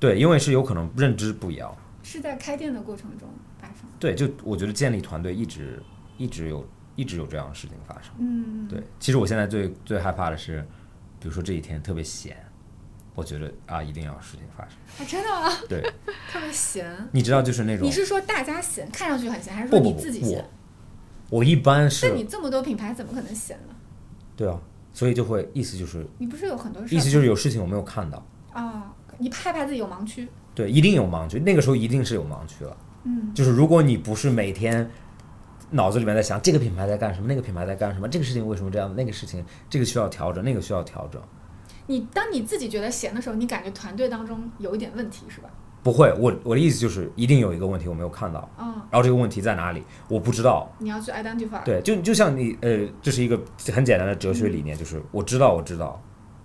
S5: 对，因为是有可能认知不一样，
S4: 是在开店的过程中发生的。
S5: 对，就我觉得建立团队一直一直有一直有这样的事情发生。
S4: 嗯，
S5: 对，其实我现在最最害怕的是，比如说这一天特别闲，我觉得啊一定要有事情发生。
S4: 啊，真的 吗？
S5: 对，
S4: 特别闲。
S5: 你知道就是那种
S4: 你是说大家闲，看上去很闲，还是说
S5: 不不
S4: 你
S5: 不
S4: 自己
S5: 我
S4: 闲？
S5: 我一般
S4: 那
S5: 是
S4: 你这么多品牌，怎么可能闲呢？
S5: 对啊，所以就会意思就是
S4: 你不是有很多事儿？啊
S5: 意思就是有事情我没有看到，
S4: 啊，OK，你害怕自己有盲区，
S5: 对，一定有盲区，那个时候一定是有盲区了。
S4: 嗯，
S5: 就是如果你不是每天脑子里面在想这个品牌在干什么，那个品牌在干什么，这个事情为什么这样，那个事情这个需要调整，那个需要调整，
S4: 你当你自己觉得闲的时候，你感觉团队当中有一点问题是吧？
S5: 不会，我我的意思就是一定有一个问题我没有看到，
S4: 嗯，
S5: 然后这个问题在哪里我不知道。
S4: 你要去 identify，
S5: 对，就就像你呃，这是一个很简单的哲学理念，就是我知道我知道，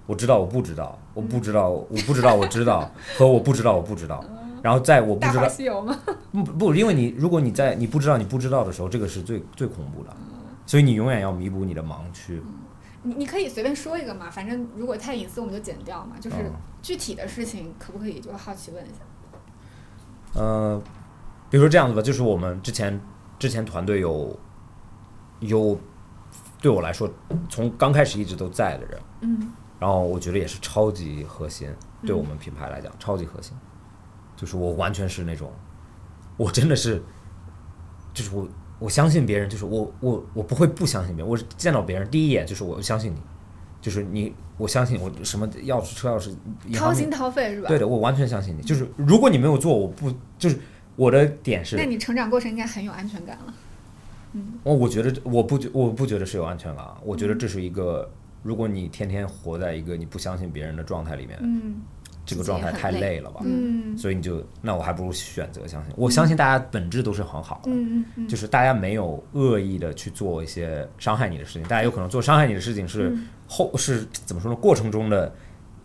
S5: 我知道我不知道，我不知道我不知道我知道和我不知道我不知道，然后在我
S4: 嗯
S5: 不
S4: 大
S5: 知
S4: 话
S5: 道
S4: 西游嘛，
S5: 不不，因为你如果你在你不知道你不知道的时候，这个是最最恐怖的，
S4: 嗯
S5: 所以你永远要弥补你的盲区。
S4: 你你可以随便说一个嘛，反正如果太隐私我们就剪掉嘛，就是
S5: 嗯
S4: 具体的事情可不可以就好奇问一下？
S5: 呃，比如说这样子吧，就是我们之前之前团队有有对我来说从刚开始一直都在的人，
S4: 嗯，
S5: 然后我觉得也是超级核心，对我们品牌来讲、超级核心，就是我完全是那种，我真的是，就是我我相信别人，就是我我我不会不相信别人，我是见到别人第一眼就是我相信你，就是你我相信我什么钥匙车钥匙，银
S4: 掏
S5: 行
S4: 心
S5: 密
S4: 掏肺是吧？
S5: 对的，我完全相信你，就是如果你没有做，我不就是我的点是
S4: 那，你成长过程应该很有安全感了。
S5: 我我觉得我不觉我不觉得是有安全感啊，我
S4: 嗯
S5: 觉得这是一个。如果你天天活在一个你不相信别人的状态里面，
S4: 嗯
S5: 这个状态太累了吧？
S4: 嗯
S5: 所以你就那我还不如选择相信。我相信大家本质都是很好的，
S4: 嗯嗯
S5: 就是大家没有恶意的去做一些伤害你的事情，大家有可能做伤害你的事情是
S4: 嗯
S5: 后、是怎么说呢？过程中的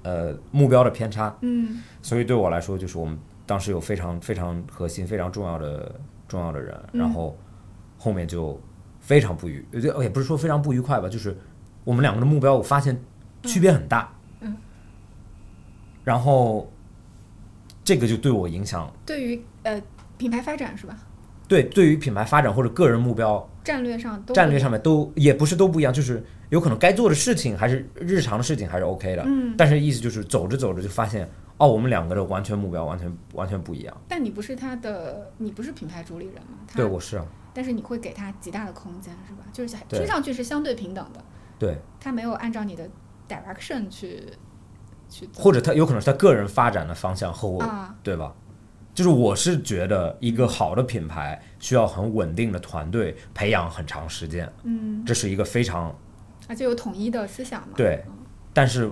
S5: 呃目标的偏差。
S4: 嗯
S5: 所以对我来说，就是我们当时有非常非常核心、非常重要的重要的人，
S4: 嗯
S5: 然后后面就非常不愉，呃就也不是说非常不愉快吧，就是我们两个的目标，我发现区别很大。
S4: 嗯
S5: 然后这个就对我影响，
S4: 对于呃品牌发展是吧？
S5: 对对于品牌发展或者个人目标、
S4: 战略上都
S5: 战略上面都也不是都不一样，就是有可能该做的事情还是日常的事情还是 OK 的，
S4: 嗯，
S5: 但是意思就是走着走着就发现，哦，我们两个的完全目标完全完全不一样。
S4: 但你不是他的，你不是品牌主理人嘛？他
S5: 对，我是啊，
S4: 但是你会给他极大的空间是吧？就是
S5: 对
S4: 听上去是相对平等的，
S5: 对，
S4: 他没有按照你的 direction 去去走
S5: 或者他有可能是他个人发展的方向和我，
S4: 啊，
S5: 对吧？就是我是觉得一个好的品牌需要很稳定的团队培养很长时间，
S4: 嗯，
S5: 这是一个非常
S4: 而且有统一的思想嘛？
S5: 对
S4: 嗯，
S5: 但是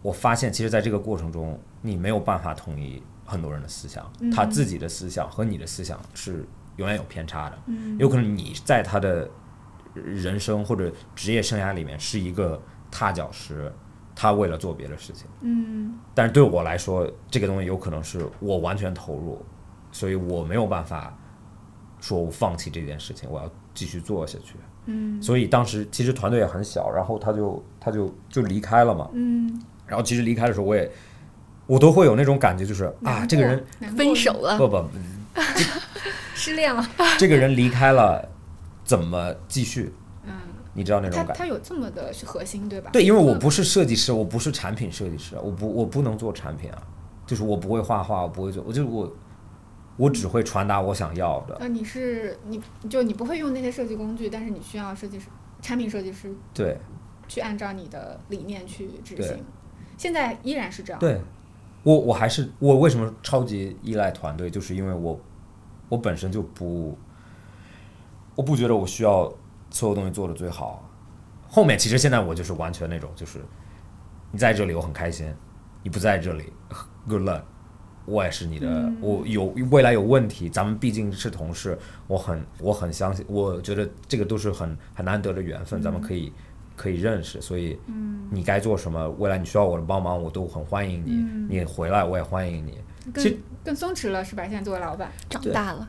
S5: 我发现，其实在这个过程中，你没有办法统一很多人的思想，他自己的思想和你的思想是永远有偏差的。有可能你在他的人生或者职业生涯里面是一个踏脚石，他为了做别的事情。
S4: 嗯
S5: 但是对我来说，这个东西有可能是我完全投入，所以我没有办法说我放弃这件事情，我要继续做下去。
S4: 嗯
S5: 所以当时其实团队也很小，然后他就他就就离开了嘛。
S4: 嗯，
S5: 然后其实离开的时候，我也我都会有那种感觉，就是啊，这个人
S4: 难过啊
S6: 分手了，
S5: 不不，
S4: 失恋了，
S5: 这个人离开了，怎么继续？
S4: 嗯，
S5: 你知道那种
S4: 他
S5: 感觉？
S4: 他有这么的核心对吧？
S5: 对，因为我不是设计师，我不是产品设计师，我不我不能做产品啊，就是我不会画画，我不会做，我就我我只会传达我想要的。
S4: 呃那你是你就你不会用那些设计工具，但是你需要设计师、产品设计师
S5: 对
S4: 去按照你的理念去执
S5: 对
S4: 行。现在依然是这样。
S5: 对，我我还是我为什么超级依赖团队，就是因为我我本身就不我不觉得我需要所有东西做的最好。后面其实现在我就是完全那种，就是你在这里我很开心，你不在这里 good luck，我也是你的，我有未来有问题，咱们毕竟是同事，我很我很相信，我觉得这个都是很很难得的缘分，咱们可以可以认识，所以你该做什么，未来你需要我的帮忙，我都很欢迎你，
S4: 嗯
S5: 你回来我也欢迎你， 其实
S4: 更更松弛了是吧？现在作为老板，
S6: 长大了，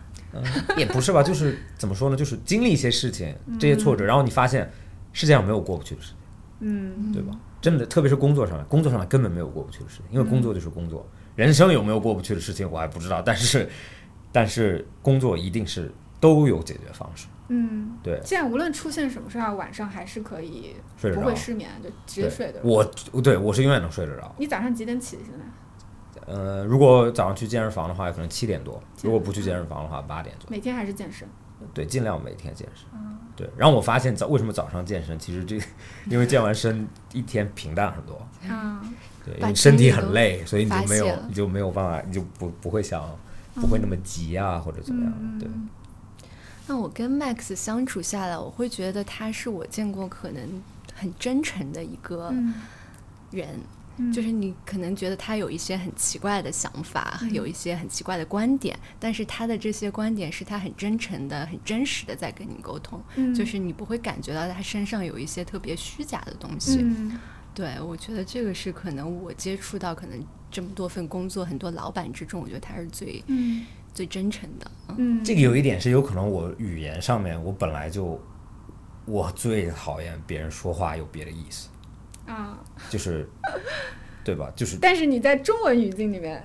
S5: 也不是吧，就是怎么说呢，就是经历一些事情，这些挫折，然后你发现世界上没有过不去的事情。
S4: 嗯，
S5: 对吧？真的，特别是工作上面，工作上面根本没有过不去的事情，因为工作就是工作，
S4: 嗯
S5: 人生有没有过不去的事情我还不知道，但是，但是工作一定是都有解决方式，
S4: 嗯，
S5: 对，
S4: 现在无论出现什么事儿，晚上还是可以
S5: 睡得
S4: 不
S5: 着
S4: 会，失眠，就直接
S5: 对
S4: 睡的。
S5: 我对我是永远能睡得着，
S4: 你早上几点起？现在
S5: 呃，如果早上去健身房的话，可能七点多；如果不去健身房的话，八点左右。
S4: 每天还是健身？
S5: 对，尽量每天健身。
S6: 嗯
S5: 对，然后我发现早为什么早上健身，其实这因为健完身一天平淡很多，
S4: 嗯，
S5: 对，因
S6: 把
S5: 为你身体
S6: 精力
S5: 很
S6: 都
S5: 累，所以你就
S6: 发
S5: 没
S6: 泄
S5: 有
S6: 了嗯
S5: 你就没有办法，你就不不会想不会那么急啊或者怎么样，对，
S6: 那我跟 Max 相处下来，我会觉得他是我见过可能很真诚的一个
S4: 嗯
S6: 人，就是你可能觉得他有一些很奇怪的想法，有一些很奇怪的观点，但是他的这些观点是他很真诚的、很真实的在跟你沟通，
S4: 嗯
S6: 就是你不会感觉到他身上有一些特别虚假的东西。
S4: 嗯
S6: 对，我觉得这个是可能我接触到可能这么多份工作、很多老板之中，我觉得他是最、
S4: 嗯
S6: 最真诚 的。
S5: 这个有一点是有可能我语言上面我本来就我最讨厌别人说话有别的意思，
S4: 啊，
S5: 就是对吧？就是
S4: 但是你在中文语境里面，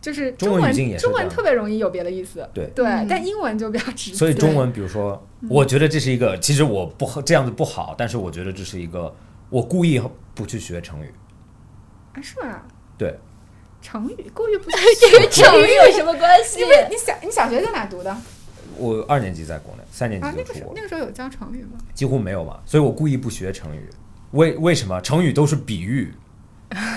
S4: 就是
S5: 中文
S4: 文
S5: 语境也是
S4: 中
S5: 这
S4: 文
S5: 样
S4: 特别容易有别的意思，
S5: 对
S4: 对，但英文就比较直接，
S5: 所以中文，比如说，
S6: 嗯
S5: 我觉得这是一个，其实我不好这样子不好，但是我觉得这是一个，我故意不去学成语，
S4: 啊是吗？
S5: 对，
S4: 成语故 意不去学，
S6: 成语有什么关系
S4: 因为你小你小学在哪读的啊？
S5: 我二年级在国内，三年级
S4: 那
S5: 就
S4: 个
S5: 出
S4: 时候
S5: 国了，
S4: 那个时候有教成语吗？
S5: 几乎没有嘛，所以我故意不学成语。为为什么成语都是比喻？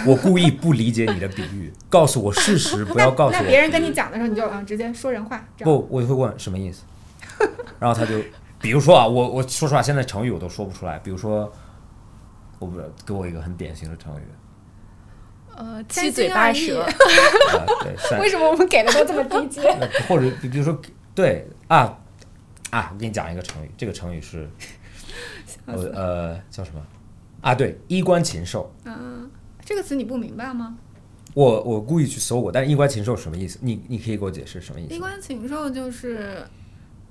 S5: 我故意不理解你的比喻，告诉我事实，不要告诉
S4: 那
S5: 我
S4: 别人跟
S5: 比
S4: 你
S5: 喻
S4: 讲的时候，你就
S6: 嗯
S4: 啊直接说人话，这样
S5: 不，我就会问什么意思，然后他就，比如说啊，我我说实话，现在成语我都说不出来，比如说，我不知道，给我一个很典型的成语，
S6: 呃，
S4: 三
S6: 七
S4: 心
S6: 嘴八
S4: 二意
S6: 舌，
S5: 啊、对， 善
S4: 为什么我们给的都这么低阶？
S5: 那或者比比如说，对啊啊，我给你讲一个成语，这个成语是，呃呃叫什么？啊，对，衣冠禽兽。
S4: 嗯，这个词你不明白吗？
S5: 我我故意去搜过，但是衣冠禽兽什么意思？你你可以给我解释什么意
S4: 衣
S5: 思吗？
S4: 冠禽兽就是，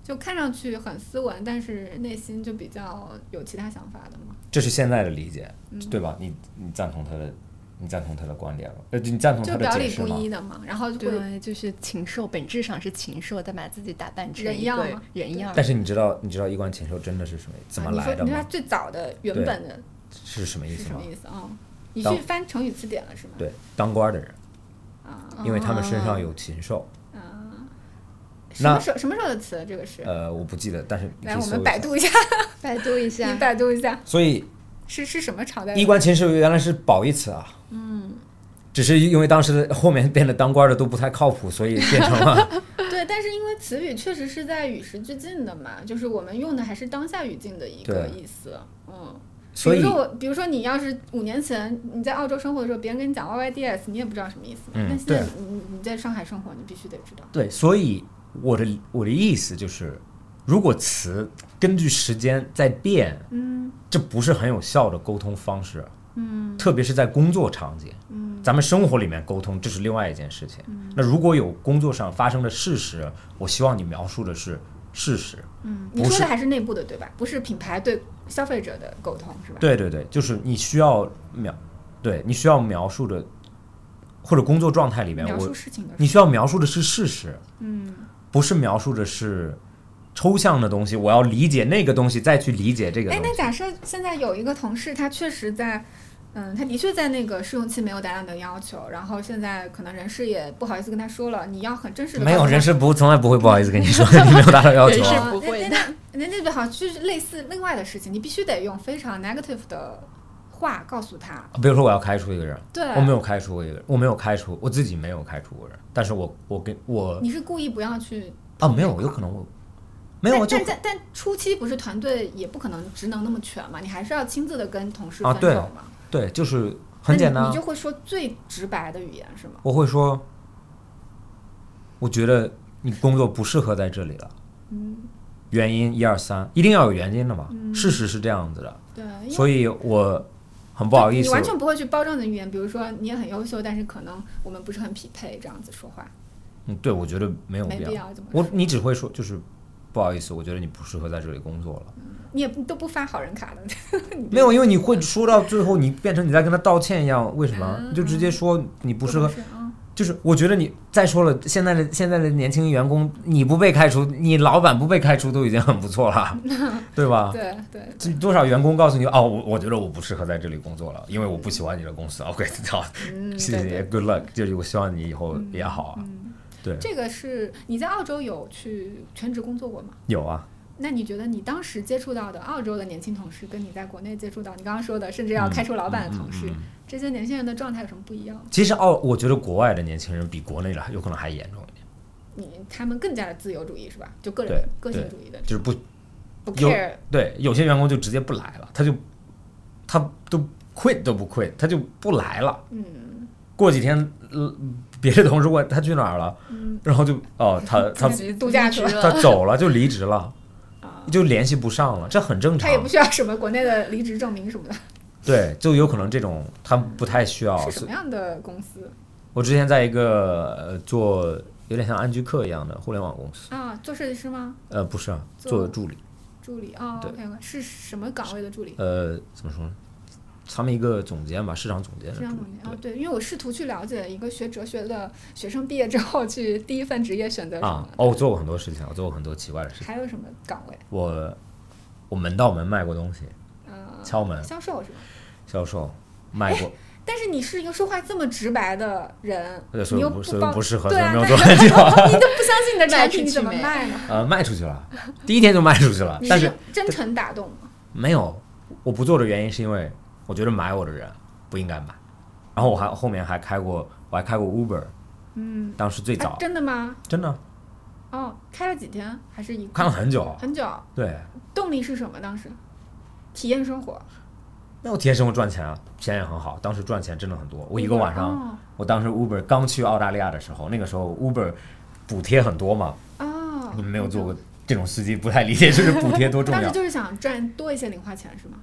S4: 就看上去很斯文，但是内心就比较有其他想法的嘛。
S5: 这是现在的理解，
S4: 嗯
S5: 对吧？你你赞同他的，你赞同他的观点吗？呃，你赞同
S4: 就
S5: 他
S4: 表
S5: 的解
S4: 里
S5: 释
S4: 不
S5: 吗
S4: 一？的嘛，然后就会啊
S6: 对，就是禽兽，本质上是禽兽，但把自己打扮成
S4: 人
S6: 一
S4: 样
S6: 个
S4: 嘛
S6: 人样儿。
S5: 但是你知道你知道衣冠禽兽真的是什么怎么
S4: 啊你说
S5: 来的
S4: 你说它
S5: 吗？
S4: 最早的原
S5: 对
S4: 本的
S5: 是什么意
S4: 是
S5: 思
S4: 什
S5: 吗
S4: 么？意思啊？你
S5: 当
S4: 去翻成语词典了是吗？
S5: 对，当官的人，
S4: 啊，
S5: 因为他们身上有禽兽。
S4: 什么
S5: 那
S4: 时候什么时候的词？啊这个是
S5: 呃，我不记得，但是你可
S4: 来
S5: 以
S4: 我
S5: 搜
S4: 们
S5: 一
S4: 百
S5: 下。
S4: 度一下，
S6: 百度一
S4: 你
S6: 下，
S4: 百度一下
S5: 所以
S4: 是是什么朝代的？啊
S5: 衣冠禽兽原来是褒义词啊。嗯。只是因为当时的后面变得当官的都不太靠谱，所以变成 了
S4: 对，但是因为词语确实是在与时俱进的嘛，就是我们用的还是当下语境的一个
S5: 对
S4: 意思。嗯，比
S5: 所
S4: 如
S5: 以
S4: 说我，比如说你要是五年前你在澳洲生活的时候，别人跟你讲 YYDS，你也不知道什么意思嘛。
S5: 嗯
S4: 但现在
S5: 对
S4: 你你在上海生活，你必须得知道。
S5: 对，所以我的我的意思就是，如果词根据时间在变，
S4: 嗯
S5: 这不是很有效的沟通方式。嗯，特别是在工作场景，嗯，咱们生活里面沟通这是另外一件事情。
S4: 嗯
S5: 那如果有工作上发生的事实，我希望你描述的是事实，
S4: 嗯，你
S5: 不
S4: 说
S5: 是
S4: 的还是内部的对吧？不是品牌对消费者的沟通是吧？
S5: 对对对，就是你需要描，对你需要描述的，或者工作状态里面，
S4: 描
S5: 我
S4: 述事情的时
S5: 你需要描述的是事实，嗯，不是描述的是抽象的东西。我要理解那个东西，再去理解这个
S4: 哎，
S5: 东
S4: 那
S5: 西。
S4: 假设现在有一个同事，他确实在，嗯，他的确在那个试用期没有达到你的要求，然后现在可能人事也不好意思跟他说了，你要很真实的
S5: 没有人事不从来不会不好意思跟你 说你没有达到要求
S6: 人事
S5: 啊，
S6: 部不会
S4: 的。那那那好，就是类似另外的事情，你必须得用非常 negative 的话告诉他。
S5: 比如说我要开除一个人，
S4: 对，
S5: 我没有开除过一个人，我没有开除我自己没有开除过人，但是我我跟我
S4: 你是故意不要去。
S5: 啊没有，有可能我没有
S4: 但
S5: 我就
S4: 但但但初期不是团队也不可能职能那么全嘛，你还是要亲自的跟同事
S5: 啊
S4: 分
S5: 对
S4: 手嘛。
S5: 对，就是
S4: 那
S5: 很
S4: 你
S5: 简单啊
S4: 你就会说最直白的语言是吗？
S5: 我会说，我觉得你工作不适合在这里了。
S4: 嗯
S5: 原因一二三，一定要有原因的嘛。事实是这样子的，
S4: 对，因为
S5: 所以我很不好意
S4: 哎你
S5: 思。
S4: 完全不会去包装你的语言，比如说你也很优秀，但是可能我们不是很匹配，这样子说话
S5: 嗯，对，我觉得没有
S4: 没
S5: 必
S4: 必
S5: 要。
S4: 要。怎么
S5: 我你只会说就是不好意思，我觉得你不适合在这里工作了。
S4: 你也不都不发好人卡的，嗯
S5: 没有，因为你会说到最后，你变成你在跟他道歉一样，为什
S4: 嗯
S5: 么？你就直接说你不适合。
S4: 是嗯
S5: 就是我觉得你再说了，现在的现在的年轻员工，你不被开除，你老板不被开除都已经很不错了， 对吧？
S4: 对对，
S5: 这多少员工告诉你哦，我我觉得我不适合在这里工作了，因为我不喜欢你的公司。OK，好，
S4: 嗯，
S5: 谢
S4: 对
S5: 谢
S4: 对嗯
S5: ，Good luck，就是我希望你以后也好啊。对，
S4: 这个是你在澳洲有去全职工作过吗？
S5: 有啊，
S4: 那你觉得你当时接触到的澳洲的年轻同事，跟你在国内接触到你刚刚说的，甚至要开除老板的同事，
S5: 嗯嗯嗯
S4: 这些年轻人的状态有什么不一样？
S5: 其实澳，我觉得国外的年轻人比国内的有可能还严重一点，
S4: 你他们更加的自由主义是吧？就个
S5: 对
S4: 人个性
S5: 对
S4: 主义的，
S5: 就是不
S4: 不
S5: 有
S4: care
S5: 对，有些员工就直接不来了，他就他都 quit 都不 quit，他就不来了。嗯，过几天，呃，别的同事问他去哪儿了，然后就哦，他他
S4: 自己度假去了，啊
S5: 他走了，就离职了，就联系不上了，这很正常
S4: 他也。不需要什么国内的离职证明什么的。
S5: 对，就有可能这种他不太需要。
S4: 是什么样的公司
S5: 我之前在一个呃做有点像安居客一样的互联网公司，
S4: 啊？做设计师吗？
S5: 呃，不是啊，
S4: 做
S5: 做助理，
S4: 助理啊、
S5: 对
S4: o k 是什么岗位的助理？
S5: 呃，怎么说呢？他们一个总监吧，市场总监的
S4: 市
S5: 助理
S4: 场总监
S5: 对
S4: 啊，对，因为我试图去了解一个学哲学的学生毕业之后去第一份职业选择什
S5: 啊
S4: 么，，
S5: 哦，我做过很多事情，我做过很多奇怪的事情。
S4: 还有什么岗位？
S5: 我我门到门卖过东西，
S4: 呃，
S5: 敲门
S4: 销售是吧？
S5: 销售，卖
S4: 哎
S5: 过，
S4: 但是你是一个说话这么直白的人，
S5: 对所
S4: 你
S5: 以
S4: 又
S5: 不所以
S4: 包
S5: 不适合
S4: 对啊，
S5: 所以没有
S4: 那
S5: 做
S4: 你都不相信你的
S6: 卖
S4: 产
S6: 出
S4: 品，你
S6: 去
S4: 怎么
S6: 没
S4: 卖呢？
S5: 呃，卖出去了，第一天就卖出去了
S4: 你，
S5: 但是
S4: 真诚打动吗？
S5: 没有，我不做的原因是因为我觉得买我的人不应该买，然后我还后面还开过，我还开过 Uber，嗯，当时最
S4: 哎
S5: 早
S4: 真的吗？
S5: 真的
S4: 哦，开了几天还是一
S5: 看了很久，
S4: 很久？
S5: 对，
S4: 动力是什么？当时体验生活，
S5: 那我体验生活赚钱啊，钱也很好，当时赚钱真的很多，我一个晚上，
S4: 哦
S5: 我当时 Uber 刚去澳大利亚的时候，那个时候 Uber 补贴很多嘛，
S4: 哦，
S5: 你们没有做过这种司机，不太理解就是补贴多重
S4: 当
S5: 要
S4: 时，就是想赚多一些零花钱是吗？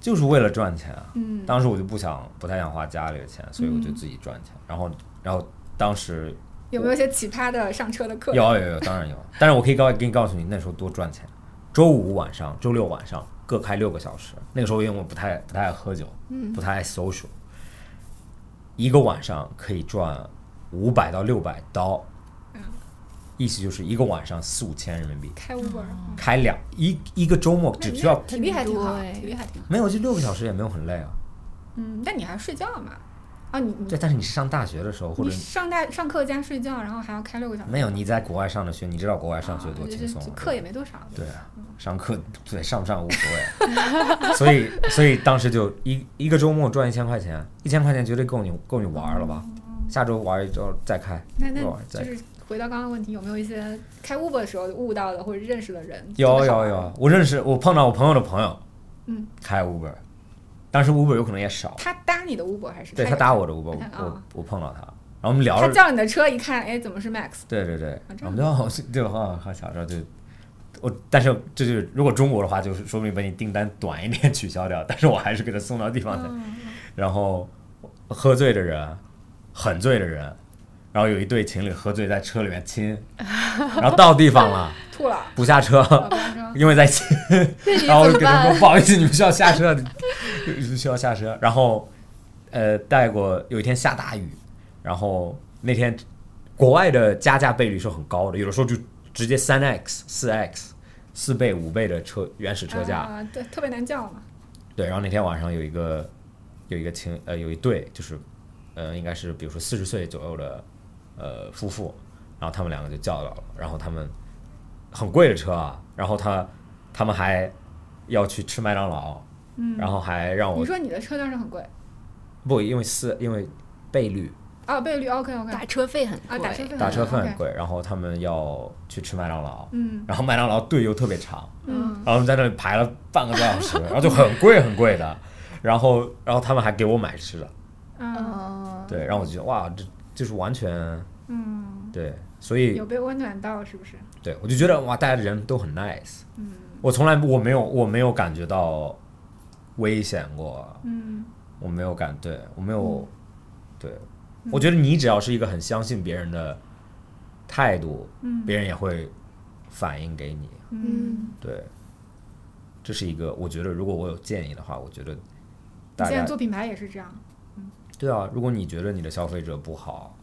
S5: 就是为了赚钱啊。
S4: 嗯，
S5: 当时我就不想不太想花家里的钱，所以我就自己赚钱。然后，然后当时
S4: 有没有一些奇葩的上车的客？
S5: 有有有，当然有， 但是我可以告给你告诉你，那时候多赚钱。周五晚上、周六晚上各开六个小时。那个时候因为我不太不太爱喝酒，
S4: 嗯
S5: 不太爱 social，一个晚上可以赚五百到六百刀，
S4: 嗯
S5: 意思就是一个晚上四五千人民币。
S4: 开 Uber，嗯
S5: 开两一一个周末只需要
S4: 体力还挺好，
S6: 对
S4: 体力还挺好。
S5: 没有就六个小时也没有很累啊。
S4: 嗯，但你还睡觉嘛？啊，你你
S5: 对，但是你是上大学的时候或
S4: 你
S5: 者
S4: 上大上课加睡觉，然后还要开六个小时，
S5: 没有你在国外上的学，你知道国外上学
S4: 啊
S5: 多
S4: 就
S5: 轻松啊
S4: 就课也没多少。
S5: 对啊，上课对上不上无所谓， 所以所以当时就一一个周末赚一千块钱，一千块钱绝对够你够你玩儿了吧？下周玩一周再开，
S4: 那那
S5: 再玩再
S4: 就
S5: 开
S4: 是回到刚刚的问题，有没有一些开 Uber 的时候悟到的或者认识的人？
S5: 有
S4: 真的好
S5: 有
S4: 玩，
S5: 有，我认识我碰到我朋友的朋友，
S4: 嗯，
S5: 开 Uber，当时 Uber 有可能也少，
S4: 他搭你的 Uber 还是
S5: 对
S4: 开
S5: 他
S4: 着
S5: 搭
S4: 车
S5: 我的 Uber，我
S4: 看看
S5: 我
S4: 啊
S5: 我碰到他，然后我们聊
S4: 他
S5: 着，
S4: 叫你的车一看，哎，怎么是 Max？
S5: 对对对，
S4: 啊这
S5: 我
S4: 样
S5: 们就好就好好小时候就。我但是这就是如果中国的话，就是说不定把你订单短一点取消掉，但是我还是给他送到地方去。
S4: 嗯
S5: 然后喝醉的人，很醉的人，然后有一对情侣喝醉在车里面 亲，然后到地方了
S4: 吐 了，
S5: 不下车，
S4: 老板说
S5: 因为在亲，然 后我就跟他说不好意思，你们需要下车，需要下车。然后呃，带过有一天下大雨，然后那天国外的加价倍率是很高的，有的时候就直接三 x 四 x 四倍五倍的车原始 车价。
S4: 啊，对，特别难叫嘛。
S5: 对，然后那天晚上有一个有一个情呃有一对就是呃应该是比如说四十岁左右的呃夫妇，然后他们两个就叫到了，然后他们很贵的车啊，然后他他们还要去吃麦当劳，嗯，然后还让
S4: 你
S5: 我
S4: 说你的车当时很贵
S5: 不因为四因为倍率
S4: 啊，倍率 OK OK
S6: 打车费很贵，
S4: 啊，打车费
S5: 打车费很
S4: OK
S5: 贵，然后他们要去吃麦当劳，
S4: 嗯
S5: 然后麦当劳队又特别长，
S4: 嗯，
S5: 然后我们在那里排了半个多小时，然后就很贵很贵 的，然后然后他们还给我买吃的。
S4: 嗯
S6: 哦，
S5: 对，让我就觉得哇，这就是完全
S4: 嗯，
S5: 对，所以
S4: 有被温暖到是不是？
S5: 对我就觉得哇，大家人都很 nice，我
S4: 嗯
S5: 从来我没有我没有感觉到危险过，
S4: 嗯，
S5: 我没有感对我没有，对
S4: 嗯
S5: 我觉得你只要是一个很相信别人的态度，别人也会反映给你，
S4: 嗯，
S5: 对，这是一个我觉得如果我有建议的话，我觉得
S4: 你
S5: 大
S4: 现在
S5: 家
S4: 做品牌也是这样，
S5: 对啊，如果你觉得你的消费者不好，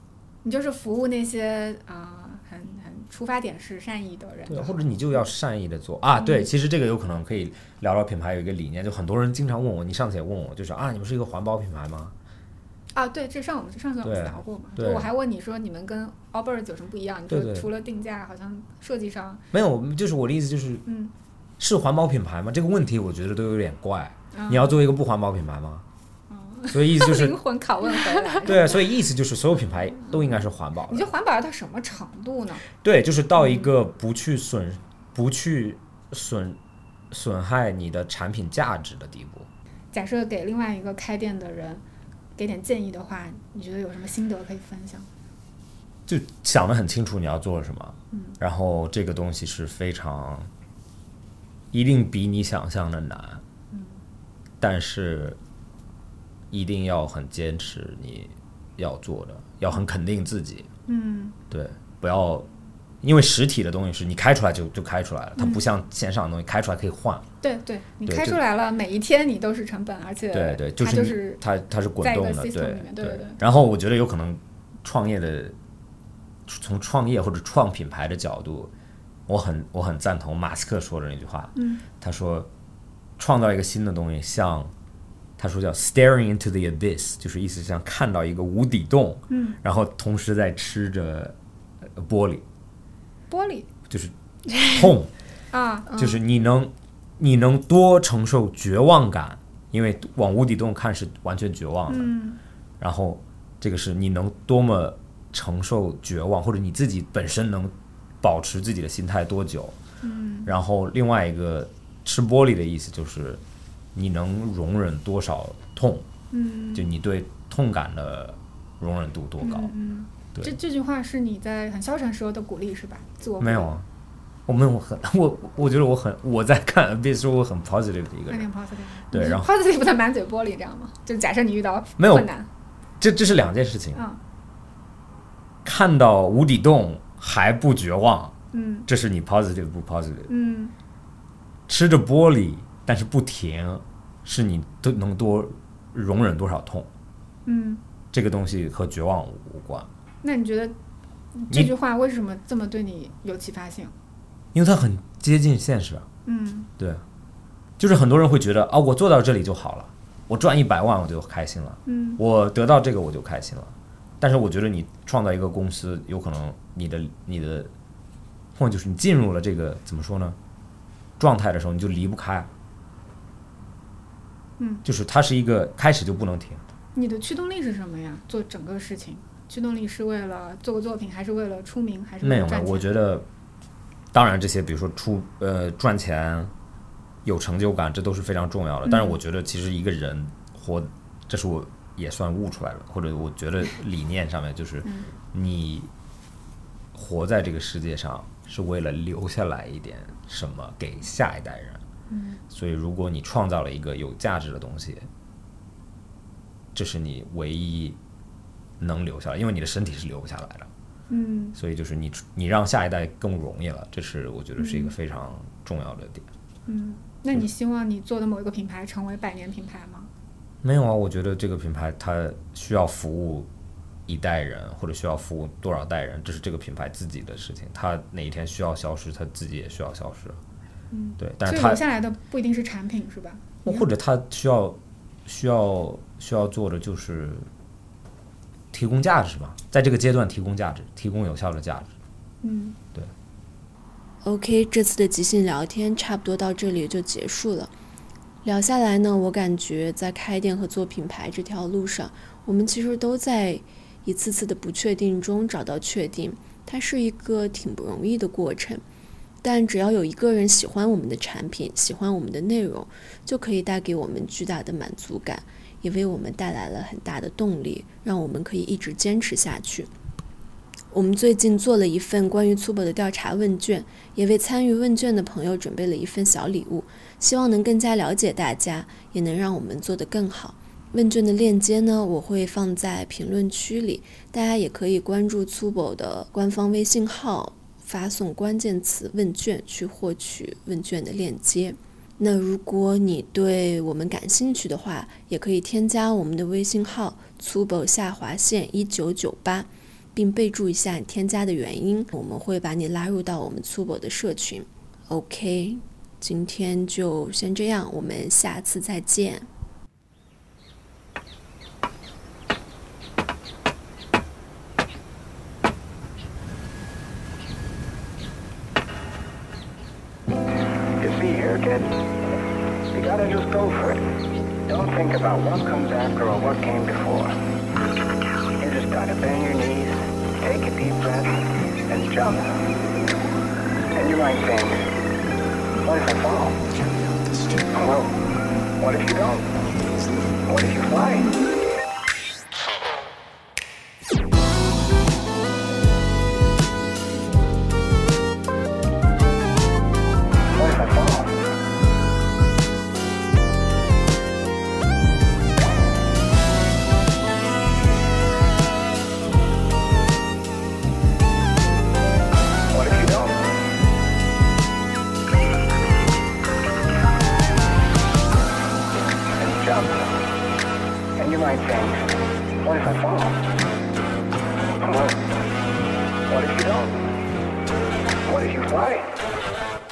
S4: 你就是服务那些啊，很很出发点是善意的人
S5: 对，
S4: 就好，
S5: 或者你就要善意的做
S4: 嗯
S5: 啊。对，其实这个有可能可以聊到品牌有一个理念，就很多人经常问我，你上次也问我，就是啊，你们是一个环保品牌吗？
S4: 啊，对，这上我们上次我们
S5: 对
S4: 聊过嘛，
S5: 对
S4: 就我还问你说你们跟 Allbirds 有什么不一样？你
S5: 对
S4: 说
S5: 对
S4: 除了定价，好像设计上，
S5: 没有，就是我的意思就是，
S4: 嗯，
S5: 是环保品牌吗？这个问题我觉得都有点怪。
S4: 嗯
S5: 你要做一个不环保品牌吗？所以意思 就是
S4: 灵，魂拷问回 来，
S5: 对啊，所以意思就是所有品牌都应该是环保
S4: 你嗯
S5: 的。
S4: 这环保到什么程度呢？
S5: 对，就是到一个不去损、不去损、损害你的产品价值的地步。
S4: 假设给另外一个开店的人给点建议的话，你觉得有什么心得可以分享？
S5: 就想得很清楚你要做什么，然后这个东西是非常，一定比你想象的难，但是一定要很坚持你要做的，要很肯定自己，
S4: 嗯，
S5: 对，不要因为实体的东西是你开出来就就开出来了，它不像线上的东西开出来可以换，
S4: 对对，你
S5: 对
S4: 开
S5: 就
S4: 出来了，每一天你都是成本，而且
S5: 对对，
S4: 它
S5: 是
S4: 就
S5: 你
S4: 是
S5: 它它是滚
S4: 在一个
S5: 动的，
S4: system
S5: 对
S4: 里面对对对
S5: 然后我觉得有可能创业的，从创业或者创品牌的角度，我很我很赞同马斯克说的那句话，
S4: 嗯
S5: 他说创造一个新的东西，像他说叫 staring into the abyss，就是意思像看到一个无底洞，
S4: 嗯，
S5: 然后同时在吃着呃玻璃，
S4: 玻璃
S5: 就是痛。
S4: 啊，
S5: 就是你能你能多承受绝望感，因为往无底洞看是完全绝望的。然后这个是你能多么承受绝望，或者你自己本身能保持自己的心态多久。然后另外一个吃玻璃的意思就是你能容忍多少痛，
S4: 嗯
S5: 就你对痛感的容忍度多高。对
S4: 嗯这这句话是你在很消沉时候的鼓励是吧？自我鼓
S5: 没
S4: 励
S5: 有，啊，我没有很我我觉得我很我在看 Abyss 时候我很 positive 的一
S4: 那
S5: 个人。
S4: 点 positive。
S5: 对然后
S4: positive 不能满嘴玻璃，这样吗？就假设你遇到
S5: 没有
S4: 困难，
S5: 这这是两件事情。
S4: 嗯
S5: 看到无底洞还不绝望，
S4: 嗯
S5: 这是你 positive 不 positive。
S4: 嗯
S5: 吃着玻璃，但是不甜，是你都能多容忍多少痛。
S4: 嗯，
S5: 这个东西和绝望无关，
S4: 那你觉得这句话为什么这么对你有启发性？
S5: 因为它很接近现实啊。
S4: 嗯
S5: 对，就是很多人会觉得啊，我做到这里就好了，我赚一百万我就开心了，
S4: 嗯
S5: 我得到这个我就开心了。但是我觉得你创造一个公司，有可能你的你的，或者就是你进入了这个怎么说呢，状态的时候，你就离不开。
S4: 嗯，
S5: 就是它是一个开始就不能停。
S4: 你的驱动力是什么呀？做整个事情，驱动力是为了做个作品，还是为了出名，还是
S5: 没
S4: 为
S5: 有
S4: 了
S5: 没有，
S4: 赚钱？
S5: 我觉得，当然这些比如说出呃赚钱、有成就感，这都是非常重要的。
S4: 嗯
S5: 但是我觉得其实一个人活，这是我也算悟出来了，或者我觉得理念上面就是
S4: 嗯
S5: 你活在这个世界上是为了留下来一点什么给下一代人。
S4: 嗯
S5: 所以如果你创造了一个有价值的东西，这是你唯一能留下来，因为你的身体是留不下来的。
S4: 嗯，
S5: 所以就是你你让下一代更容易了，这是我觉得是一
S4: 嗯
S5: 个非常重要的点。
S4: 那
S5: 嗯
S4: 你希望你做的某一个品牌成为百年品牌吗？
S5: 没有啊，我觉得这个品牌它需要服务一代人，或者需要服务多少代人，这是这个品牌自己的事情。它哪一天需要消失，它自己也需要消失。嗯，对，但
S4: 所
S5: 是
S4: 以
S5: 它
S4: 留下来的不一定是产品，是吧？
S5: 或者它需要需要需要做的就是提供价值嘛，在这个阶段提供价值，提供有效的价值。
S4: 嗯
S3: OK，这次的即兴聊天差不多到这里就结束了。聊下来呢，我感觉在开店和做品牌这条路上，我们其实都在一次次的不确定中找到确定。它是一个挺不容易的过程，但只要有一个人喜欢我们的产品，喜欢我们的内容，就可以带给我们巨大的满足感，也为我们带来了很大的动力，让我们可以一直坚持下去。我们最近做了一份关于粗博的调查问卷，也为参与问卷的朋友准备了一份小礼物，希望能更加了解大家，也能让我们做得更好。问卷的链接呢，我会放在评论区里，大家也可以关注粗博的官方微信号，发送关键词“问卷”去获取问卷的链接。那如果你对我们感兴趣的话，也可以添加我们的微信号粗博下划线一九九八。并备注一下你添加的原因，我们会把你拉入到我们粗博的社群。OK，今天就先这样，我们下次再见。
S1: did. You gotta just go for it. Don't think about what comes after or what came before. You just gotta bend your knees, take a deep breath, and jump. And you might think, what if I fall? Well, what if you don't? What if you fly? 喂。